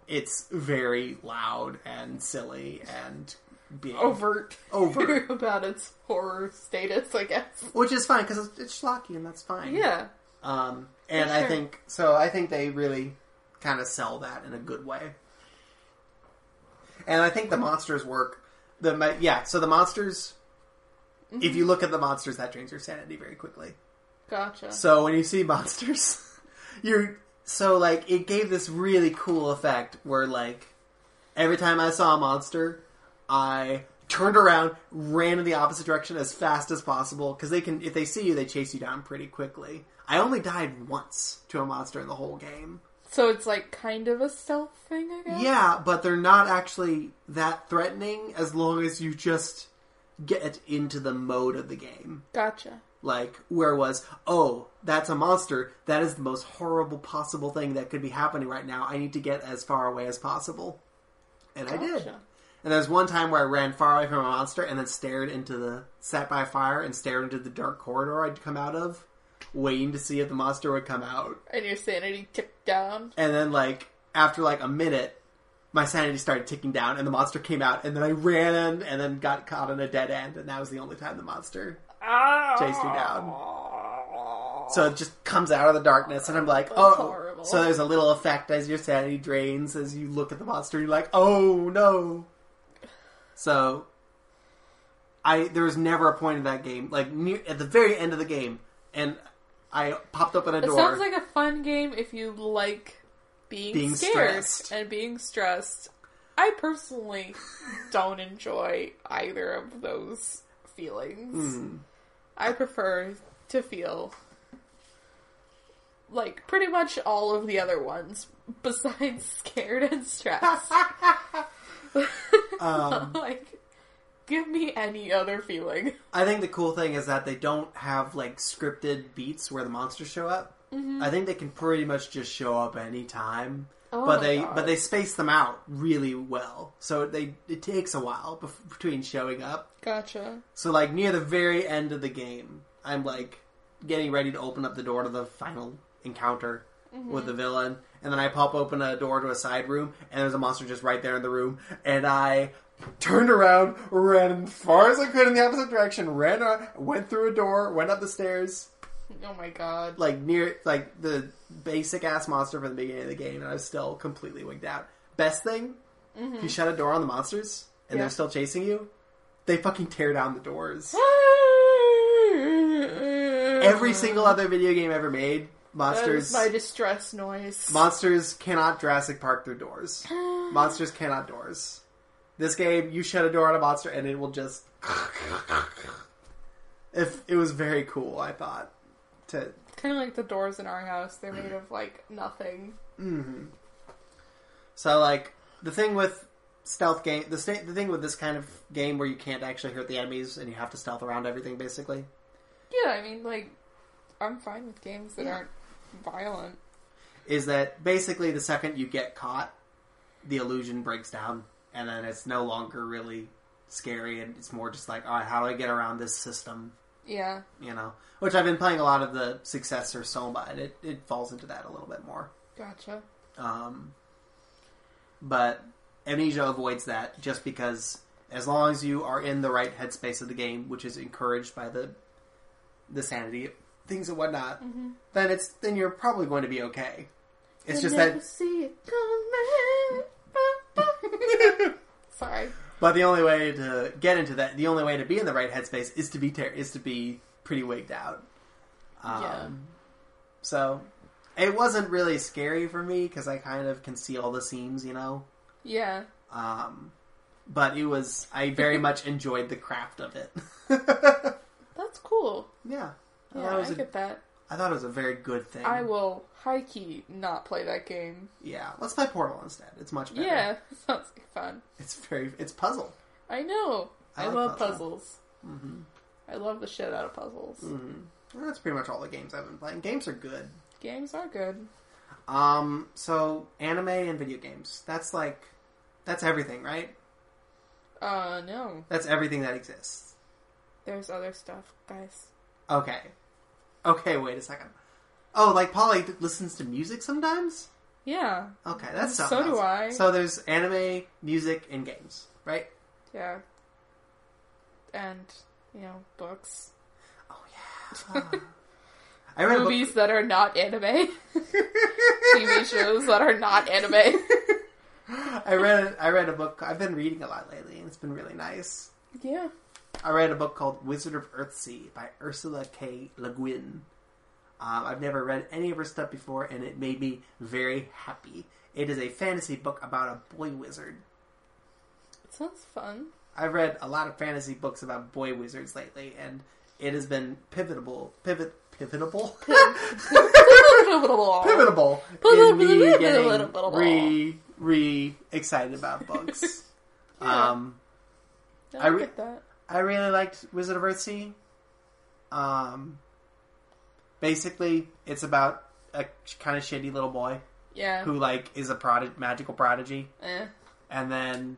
Speaker 1: it's very loud and silly and being
Speaker 2: overt
Speaker 1: Overt.
Speaker 2: about its horror status, I guess.
Speaker 1: which is fine because it's, it's schlocky and that's fine.
Speaker 2: Yeah.
Speaker 1: Um, and
Speaker 2: For
Speaker 1: I
Speaker 2: sure.
Speaker 1: think so. I think they really kind of sell that in a good way. And I think the monsters work. The mo- yeah, so the monsters. If
Speaker 2: Mm-hmm.
Speaker 1: you look at the monsters, that drains your sanity very quickly.
Speaker 2: Gotcha.
Speaker 1: So when you see monsters, you're so like it gave this really cool effect where like every time I saw a monster, I turned around, ran in the opposite direction as fast as possible because they can if they see you they chase you down pretty quickly. I only died once to a monster in the whole game.
Speaker 2: So it's like kind of a stealth thing, I guess.
Speaker 1: Yeah, but they're not actually that threatening as long as you just get into the mode of the game.
Speaker 2: Gotcha.
Speaker 1: like where was oh that's a monster that is the most horrible possible thing that could be happening right now i need to get as far away as possible and i did
Speaker 2: Gotcha.
Speaker 1: and there's one time where i ran far away from a monster and then stared into the sat by a fire and stared into the dark corridor i'd come out of waiting to see if the monster would come out
Speaker 2: And your sanity ticked down.
Speaker 1: and then like after like a minute my sanity started ticking down and the monster came out and then i ran and then got caught in a dead end and that was the only time the monster chased me down. So it just comes out of the darkness, and I'm like, oh.
Speaker 2: horrible.
Speaker 1: So there's a little effect as your sanity drains as you look at the monster. You're like, oh no. So, I there was never a point in that game like near at the very end of the game, and I popped open a
Speaker 2: It
Speaker 1: door.
Speaker 2: sounds like a fun game if you like being,
Speaker 1: Being
Speaker 2: scared
Speaker 1: stressed.
Speaker 2: and being stressed. I personally don't enjoy either of those feelings.
Speaker 1: Hmm.
Speaker 2: I prefer to feel like pretty much all of the other ones besides scared and stressed.
Speaker 1: Um,
Speaker 2: like give me any other feeling.
Speaker 1: I think the cool thing is that they don't have like scripted beats where the monsters show up.
Speaker 2: Mm-hmm.
Speaker 1: I think they can pretty much just show up anytime.
Speaker 2: Oh
Speaker 1: but
Speaker 2: my
Speaker 1: they
Speaker 2: God.
Speaker 1: but they space them out really well. So they it takes a while bef- between showing up.
Speaker 2: Gotcha.
Speaker 1: So like near the very end of the game, I'm like getting ready to open up the door to the final encounter with the villain, and then I pop open a door to a side room, and there's a monster just right there in the room, and I turned around, ran as far as I could in the opposite direction, ran on, went through a door, went up the stairs,
Speaker 2: Oh my god.
Speaker 1: like near like the basic ass monster from the beginning of the game, and I was still completely wigged out. Best thing, if you shut a door on the monsters and
Speaker 2: Yeah.
Speaker 1: they're still chasing you, they fucking tear down the doors. every single other video game ever made,
Speaker 2: Uh-huh. That
Speaker 1: monsters
Speaker 2: is my distress noise.
Speaker 1: monsters cannot Jurassic Park through doors. monsters cannot doors. This game, you shut a door on a monster and it will just. if it was very cool, I thought. To
Speaker 2: kind of like the doors in our house. They're made of like nothing.
Speaker 1: so like the thing with stealth game, the sta- the thing with this kind of game where you can't actually hurt the enemies and you have to stealth around everything basically.
Speaker 2: Yeah, I mean, like, I'm fine with games that aren't violent.
Speaker 1: is that basically the second you get caught, the illusion breaks down, and then it's no longer really scary, and it's more just like, all right, how do I get around this system?
Speaker 2: Yeah,
Speaker 1: You know, which I've been playing a lot of the successor Soma, and it, it falls into that a little bit more.
Speaker 2: gotcha.
Speaker 1: Um, but Amnesia avoids that just because as long as you are in the right headspace of the game, which is encouraged by the the sanity of things and whatnot, then it's then you're probably going to be okay. It's just that
Speaker 2: See it coming. Sorry.
Speaker 1: But the only way to get into that, the only way to be in the right headspace is to be ter- is to be pretty wigged out. Um,
Speaker 2: yeah.
Speaker 1: So it wasn't really scary for me because I kind of can see all the seams, you know.
Speaker 2: Yeah.
Speaker 1: Um, but it was I very much enjoyed the craft of it. yeah,
Speaker 2: That's cool.
Speaker 1: I,
Speaker 2: Yeah,
Speaker 1: thought it
Speaker 2: I
Speaker 1: was a-
Speaker 2: get that.
Speaker 1: I thought it was a very good thing.
Speaker 2: I will high key not play that game.
Speaker 1: Yeah, let's play Portal instead. It's much better.
Speaker 2: Yeah, sounds like fun.
Speaker 1: it's very it's puzzle.
Speaker 2: I know.
Speaker 1: I
Speaker 2: I,
Speaker 1: like
Speaker 2: love
Speaker 1: puzzles.
Speaker 2: puzzles. I love the shit out of puzzles.
Speaker 1: Mm. And Mm-hmm. that's pretty much all the games I've been playing. Games are good.
Speaker 2: Games are good.
Speaker 1: Um, so anime and video games. That's like that's everything, right?
Speaker 2: Uh, no.
Speaker 1: That's everything that exists.
Speaker 2: There's other stuff, guys.
Speaker 1: Okay. Okay, wait a second. Oh, like Polly th- listens to music sometimes?
Speaker 2: Yeah.
Speaker 1: Okay, that's
Speaker 2: So
Speaker 1: something
Speaker 2: do
Speaker 1: else.
Speaker 2: I.
Speaker 1: So there's anime, music, and games, right?
Speaker 2: Yeah. And, you know, books.
Speaker 1: Oh yeah. I read a
Speaker 2: Movies that are not anime. TV shows that are not anime.
Speaker 1: book. I read I read a book. I've been reading a lot lately, and it's been really nice.
Speaker 2: Yeah.
Speaker 1: I read a book called Wizard of Earthsea by Ursula K. Le Guin. Um, I've never read any of her stuff before, and it made me very happy. It is a fantasy book about a boy wizard.
Speaker 2: It sounds fun.
Speaker 1: I've read a lot of fantasy books about boy wizards lately, and it has been pivotal, pivot, pivotable, pivotable in me getting re, re excited about books.
Speaker 2: Yeah.
Speaker 1: Um,
Speaker 2: No,
Speaker 1: I
Speaker 2: I,
Speaker 1: re-
Speaker 2: get that.
Speaker 1: I really liked Wizard of Earthsea. Um, basically, it's about a kind of shitty little boy
Speaker 2: Yeah.
Speaker 1: who like is a prodi- magical prodigy,
Speaker 2: Eh.
Speaker 1: and then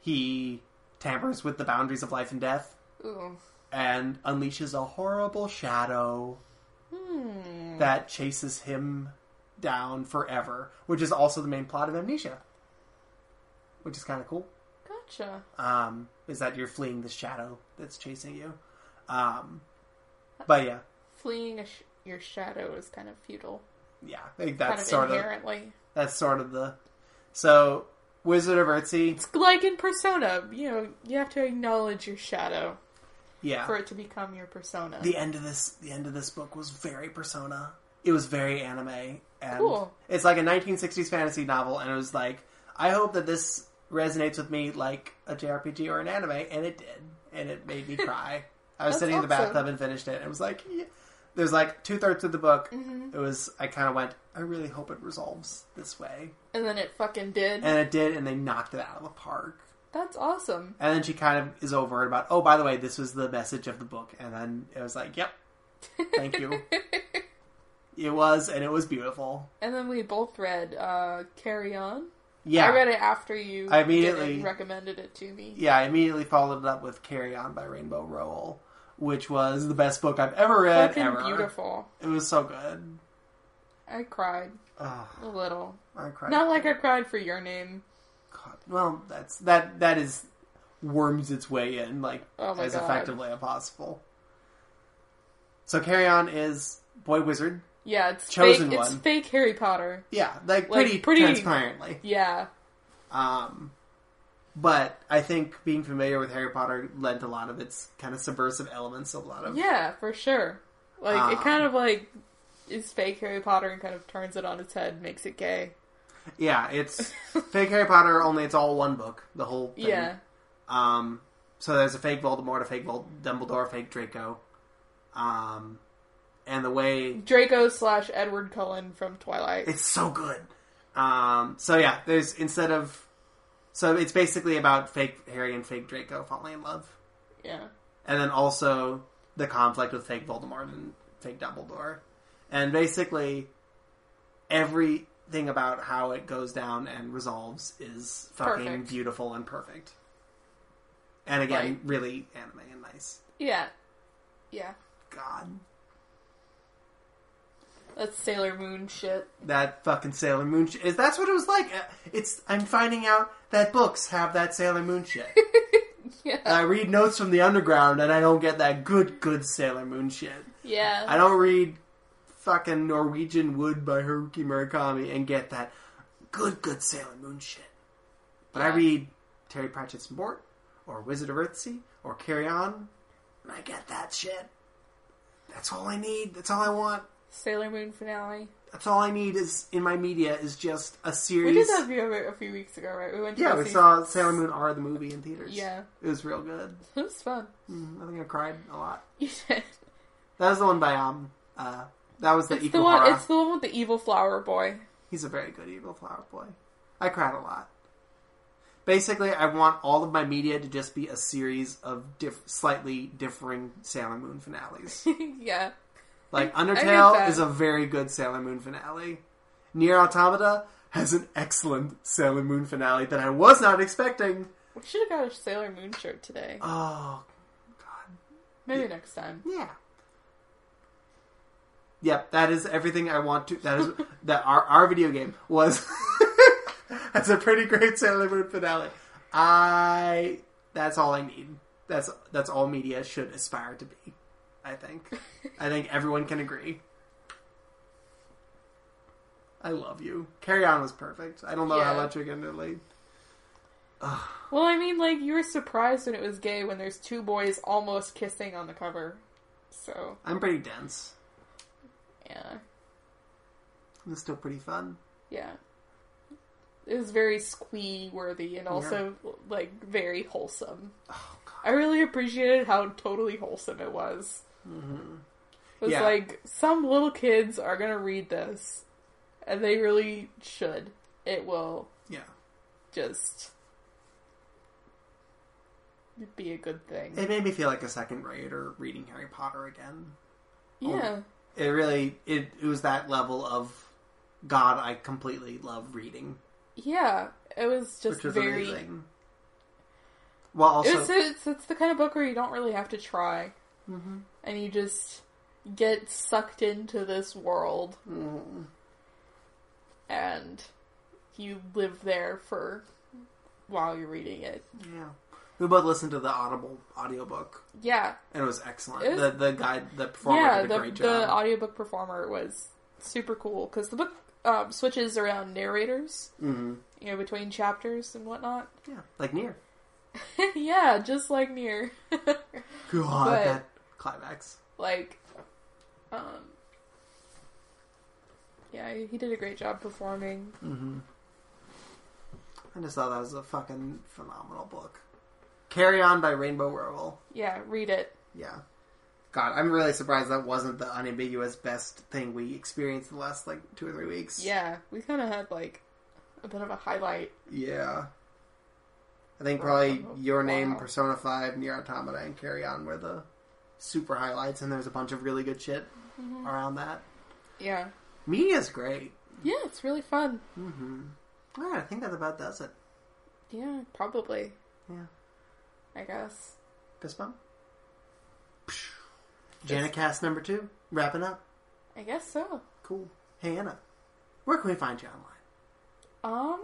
Speaker 1: he tampers with the boundaries of life and death
Speaker 2: Ooh.
Speaker 1: and unleashes a horrible shadow
Speaker 2: Hmm.
Speaker 1: that chases him down forever, which is also the main plot of Amnesia, which is kind of cool.
Speaker 2: Gotcha.
Speaker 1: um, is that you're fleeing the shadow that's chasing you. Um, but yeah,
Speaker 2: Fleeing a sh- your shadow is kind of futile.
Speaker 1: yeah, I think
Speaker 2: Kind
Speaker 1: that's
Speaker 2: of
Speaker 1: sort of
Speaker 2: inherently.
Speaker 1: that's sort of the so Wizard of Earthsea.
Speaker 2: Like in Persona, you know, you have to acknowledge your shadow
Speaker 1: Yeah,
Speaker 2: for it to become your persona.
Speaker 1: the end of this the end of this book was very Persona. It was very anime, and
Speaker 2: Cool.
Speaker 1: it's like a 1960s fantasy novel. And it was like, I hope that this resonates with me like a JRPG or an anime, and it did, and it made me cry. I was
Speaker 2: That's
Speaker 1: sitting in the
Speaker 2: awesome.
Speaker 1: bathtub and finished it, and it was like, yeah. there's like two thirds of the book.
Speaker 2: Mm-hmm.
Speaker 1: It was, I kind of went, I really hope it resolves this way,
Speaker 2: and then it fucking did.
Speaker 1: and it did, and they knocked it out of the park.
Speaker 2: That's awesome.
Speaker 1: And then she kind of is over it about, oh, by the way, this was the message of the book. And then it was like, yep, thank you. it was, and it was beautiful.
Speaker 2: And then we both read uh, Carry On.
Speaker 1: Yeah.
Speaker 2: I read it after you
Speaker 1: I
Speaker 2: did it
Speaker 1: immediately-
Speaker 2: and recommended it to me.
Speaker 1: Yeah, I immediately followed it up with Carry On by Rainbow Rowell, which was the best book I've ever read.
Speaker 2: Fucking
Speaker 1: ever.
Speaker 2: beautiful.
Speaker 1: It was so good.
Speaker 2: I cried
Speaker 1: Oh,
Speaker 2: a little.
Speaker 1: I cried.
Speaker 2: Not like I cried for your name.
Speaker 1: God. Well, that's that. That is worms its way in like
Speaker 2: Oh my
Speaker 1: as
Speaker 2: God.
Speaker 1: effectively as possible. So Carry On is Boy Wizard.
Speaker 2: Yeah, it's
Speaker 1: Chosen
Speaker 2: fake.
Speaker 1: one.
Speaker 2: It's fake Harry Potter.
Speaker 1: Yeah, like,
Speaker 2: Like,
Speaker 1: pretty,
Speaker 2: pretty-
Speaker 1: transparently.
Speaker 2: Yeah,
Speaker 1: Um, but I think being familiar with Harry Potter lent a lot of its kind of subversive elements, a lot of
Speaker 2: yeah, for sure. Like it kind
Speaker 1: Ah.
Speaker 2: of like is fake Harry Potter and kind of turns it on its head, makes it gay.
Speaker 1: Yeah, it's fake Harry Potter, only it's all one book, the whole thing.
Speaker 2: Yeah.
Speaker 1: Um, so there's a fake Voldemort, a fake Vol- Dumbledore, a fake Draco. Um, and the way
Speaker 2: Draco slash Edward Cullen from Twilight.
Speaker 1: it's so good. Um, so yeah, there's instead of so it's basically about fake Harry and fake Draco falling in love,
Speaker 2: Yeah.
Speaker 1: and then also the conflict with fake Voldemort and fake Dumbledore, and basically everything about how it goes down and resolves is fucking
Speaker 2: Perfect.
Speaker 1: beautiful and perfect. And again,
Speaker 2: Right.
Speaker 1: really anime and nice.
Speaker 2: Yeah. Yeah.
Speaker 1: God,
Speaker 2: That's Sailor Moon shit.
Speaker 1: that fucking Sailor Moon shit. Is that's what it was like? Uh, It's I'm finding out that books have that Sailor Moon shit.
Speaker 2: Yeah.
Speaker 1: I read notes from the underground and I don't get that good, good Sailor Moon shit.
Speaker 2: Yeah.
Speaker 1: I don't read fucking Norwegian Wood by Haruki Murakami and get that good, good Sailor Moon shit. But I
Speaker 2: Yeah.
Speaker 1: read Terry Pratchett's Mort or Wizard of Earthsea or Carry On and I get that shit. That's all I need. That's all I want.
Speaker 2: Sailor Moon finale.
Speaker 1: That's all I need is in my media is just a series.
Speaker 2: We did that view of it a few weeks ago, right? We went to
Speaker 1: Yeah,
Speaker 2: go
Speaker 1: we
Speaker 2: see-
Speaker 1: saw Sailor Moon R the movie in theaters.
Speaker 2: Yeah.
Speaker 1: It was real good.
Speaker 2: It was fun.
Speaker 1: Mhm. I think I cried a lot.
Speaker 2: You did.
Speaker 1: That was the one by um. Uh, that was the
Speaker 2: It's
Speaker 1: Ikuhara.
Speaker 2: the one. It's the one with the evil flower boy.
Speaker 1: He's a very good evil flower boy. I cried a lot. Basically, I want all of my media to just be a series of diff- slightly differing Sailor Moon finales.
Speaker 2: yeah.
Speaker 1: Like
Speaker 2: I get
Speaker 1: Undertale
Speaker 2: that.
Speaker 1: is a very good Sailor Moon finale. Near Automata has an excellent Sailor Moon finale that I was not expecting.
Speaker 2: We should have got a Sailor Moon shirt today.
Speaker 1: Oh, god.
Speaker 2: Maybe next time.
Speaker 1: Yeah. Yep, that is everything I want to. That is that our our video game was. that's a pretty great Sailor Moon finale. I that's all I need. That's that's all media should aspire to be. I think. I think everyone can agree. I love you. Carry on was perfect. I don't know how
Speaker 2: Yeah.
Speaker 1: much you're going to lead.
Speaker 2: Well, I mean, like you were surprised when it was gay when there's two boys almost kissing on the cover. So
Speaker 1: I'm pretty dense.
Speaker 2: yeah,
Speaker 1: It was still pretty fun.
Speaker 2: yeah. It was very squee worthy and also like very wholesome.
Speaker 1: Oh god.
Speaker 2: I really appreciated how totally wholesome it was. Mm-hmm. It was
Speaker 1: Yeah.
Speaker 2: like some little kids are gonna read this, and they really should. It will
Speaker 1: Yeah.
Speaker 2: just be a good thing.
Speaker 1: It made me feel like a second grader reading Harry Potter again.
Speaker 2: yeah,
Speaker 1: It really it, it was that level of God, I completely love reading,
Speaker 2: yeah. It was just
Speaker 1: which was
Speaker 2: very.
Speaker 1: amazing. While also,
Speaker 2: it's, it's it's the kind of book where you don't really have to try, and you just get sucked into this world,
Speaker 1: Mhm.
Speaker 2: and you live there for while you're reading it.
Speaker 1: yeah, we both listened to the Audible audiobook,
Speaker 2: Yeah,
Speaker 1: and it was excellent.
Speaker 2: It was-
Speaker 1: the the guy, the performer,
Speaker 2: yeah.
Speaker 1: did a
Speaker 2: The
Speaker 1: great
Speaker 2: the
Speaker 1: job.
Speaker 2: audiobook performer was super cool because the book um, switches around narrators,
Speaker 1: hmm
Speaker 2: you know, between chapters and whatnot.
Speaker 1: Yeah, like near.
Speaker 2: yeah, just like near.
Speaker 1: God,
Speaker 2: But-
Speaker 1: that climax.
Speaker 2: like um yeah he did a great job performing
Speaker 1: hmm I just thought that was a fucking phenomenal book. Carry On by Rainbow Rowell.
Speaker 2: yeah read it
Speaker 1: Yeah. God, I'm really surprised that wasn't the unambiguous best thing we experienced the last like two or three weeks.
Speaker 2: yeah we kind of had like a bit of a highlight
Speaker 1: Yeah. I think probably your name,
Speaker 2: Wow.
Speaker 1: Persona Five, Nier Automata, and Carry On were the super highlights, and there's a bunch of really good shit
Speaker 2: Mm-hmm.
Speaker 1: around that.
Speaker 2: yeah
Speaker 1: Media's great.
Speaker 2: yeah it's really fun
Speaker 1: Mm-hmm. All right, I think that about does it.
Speaker 2: yeah probably
Speaker 1: Yeah.
Speaker 2: i guess
Speaker 1: Fist bump. Psh. Janicast number two, wrapping up.
Speaker 2: i guess so
Speaker 1: Cool. Hey Anna, where can we find you online?
Speaker 2: um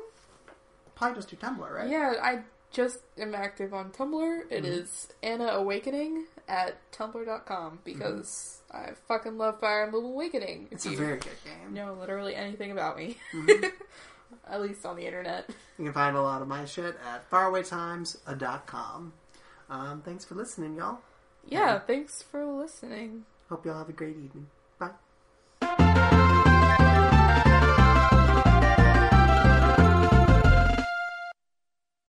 Speaker 1: Probably just your Tumblr, right?
Speaker 2: yeah i just am active on tumblr It is anna awakening at tumblr.com because i fucking love fire emblem awakening
Speaker 1: It's a
Speaker 2: if you
Speaker 1: very good game.
Speaker 2: know literally anything about me at least on the internet
Speaker 1: You can find a lot of my shit at farawaytimes.com. Um, thanks for listening, y'all.
Speaker 2: yeah, thanks for listening.
Speaker 1: Hope you all have a great evening. Bye.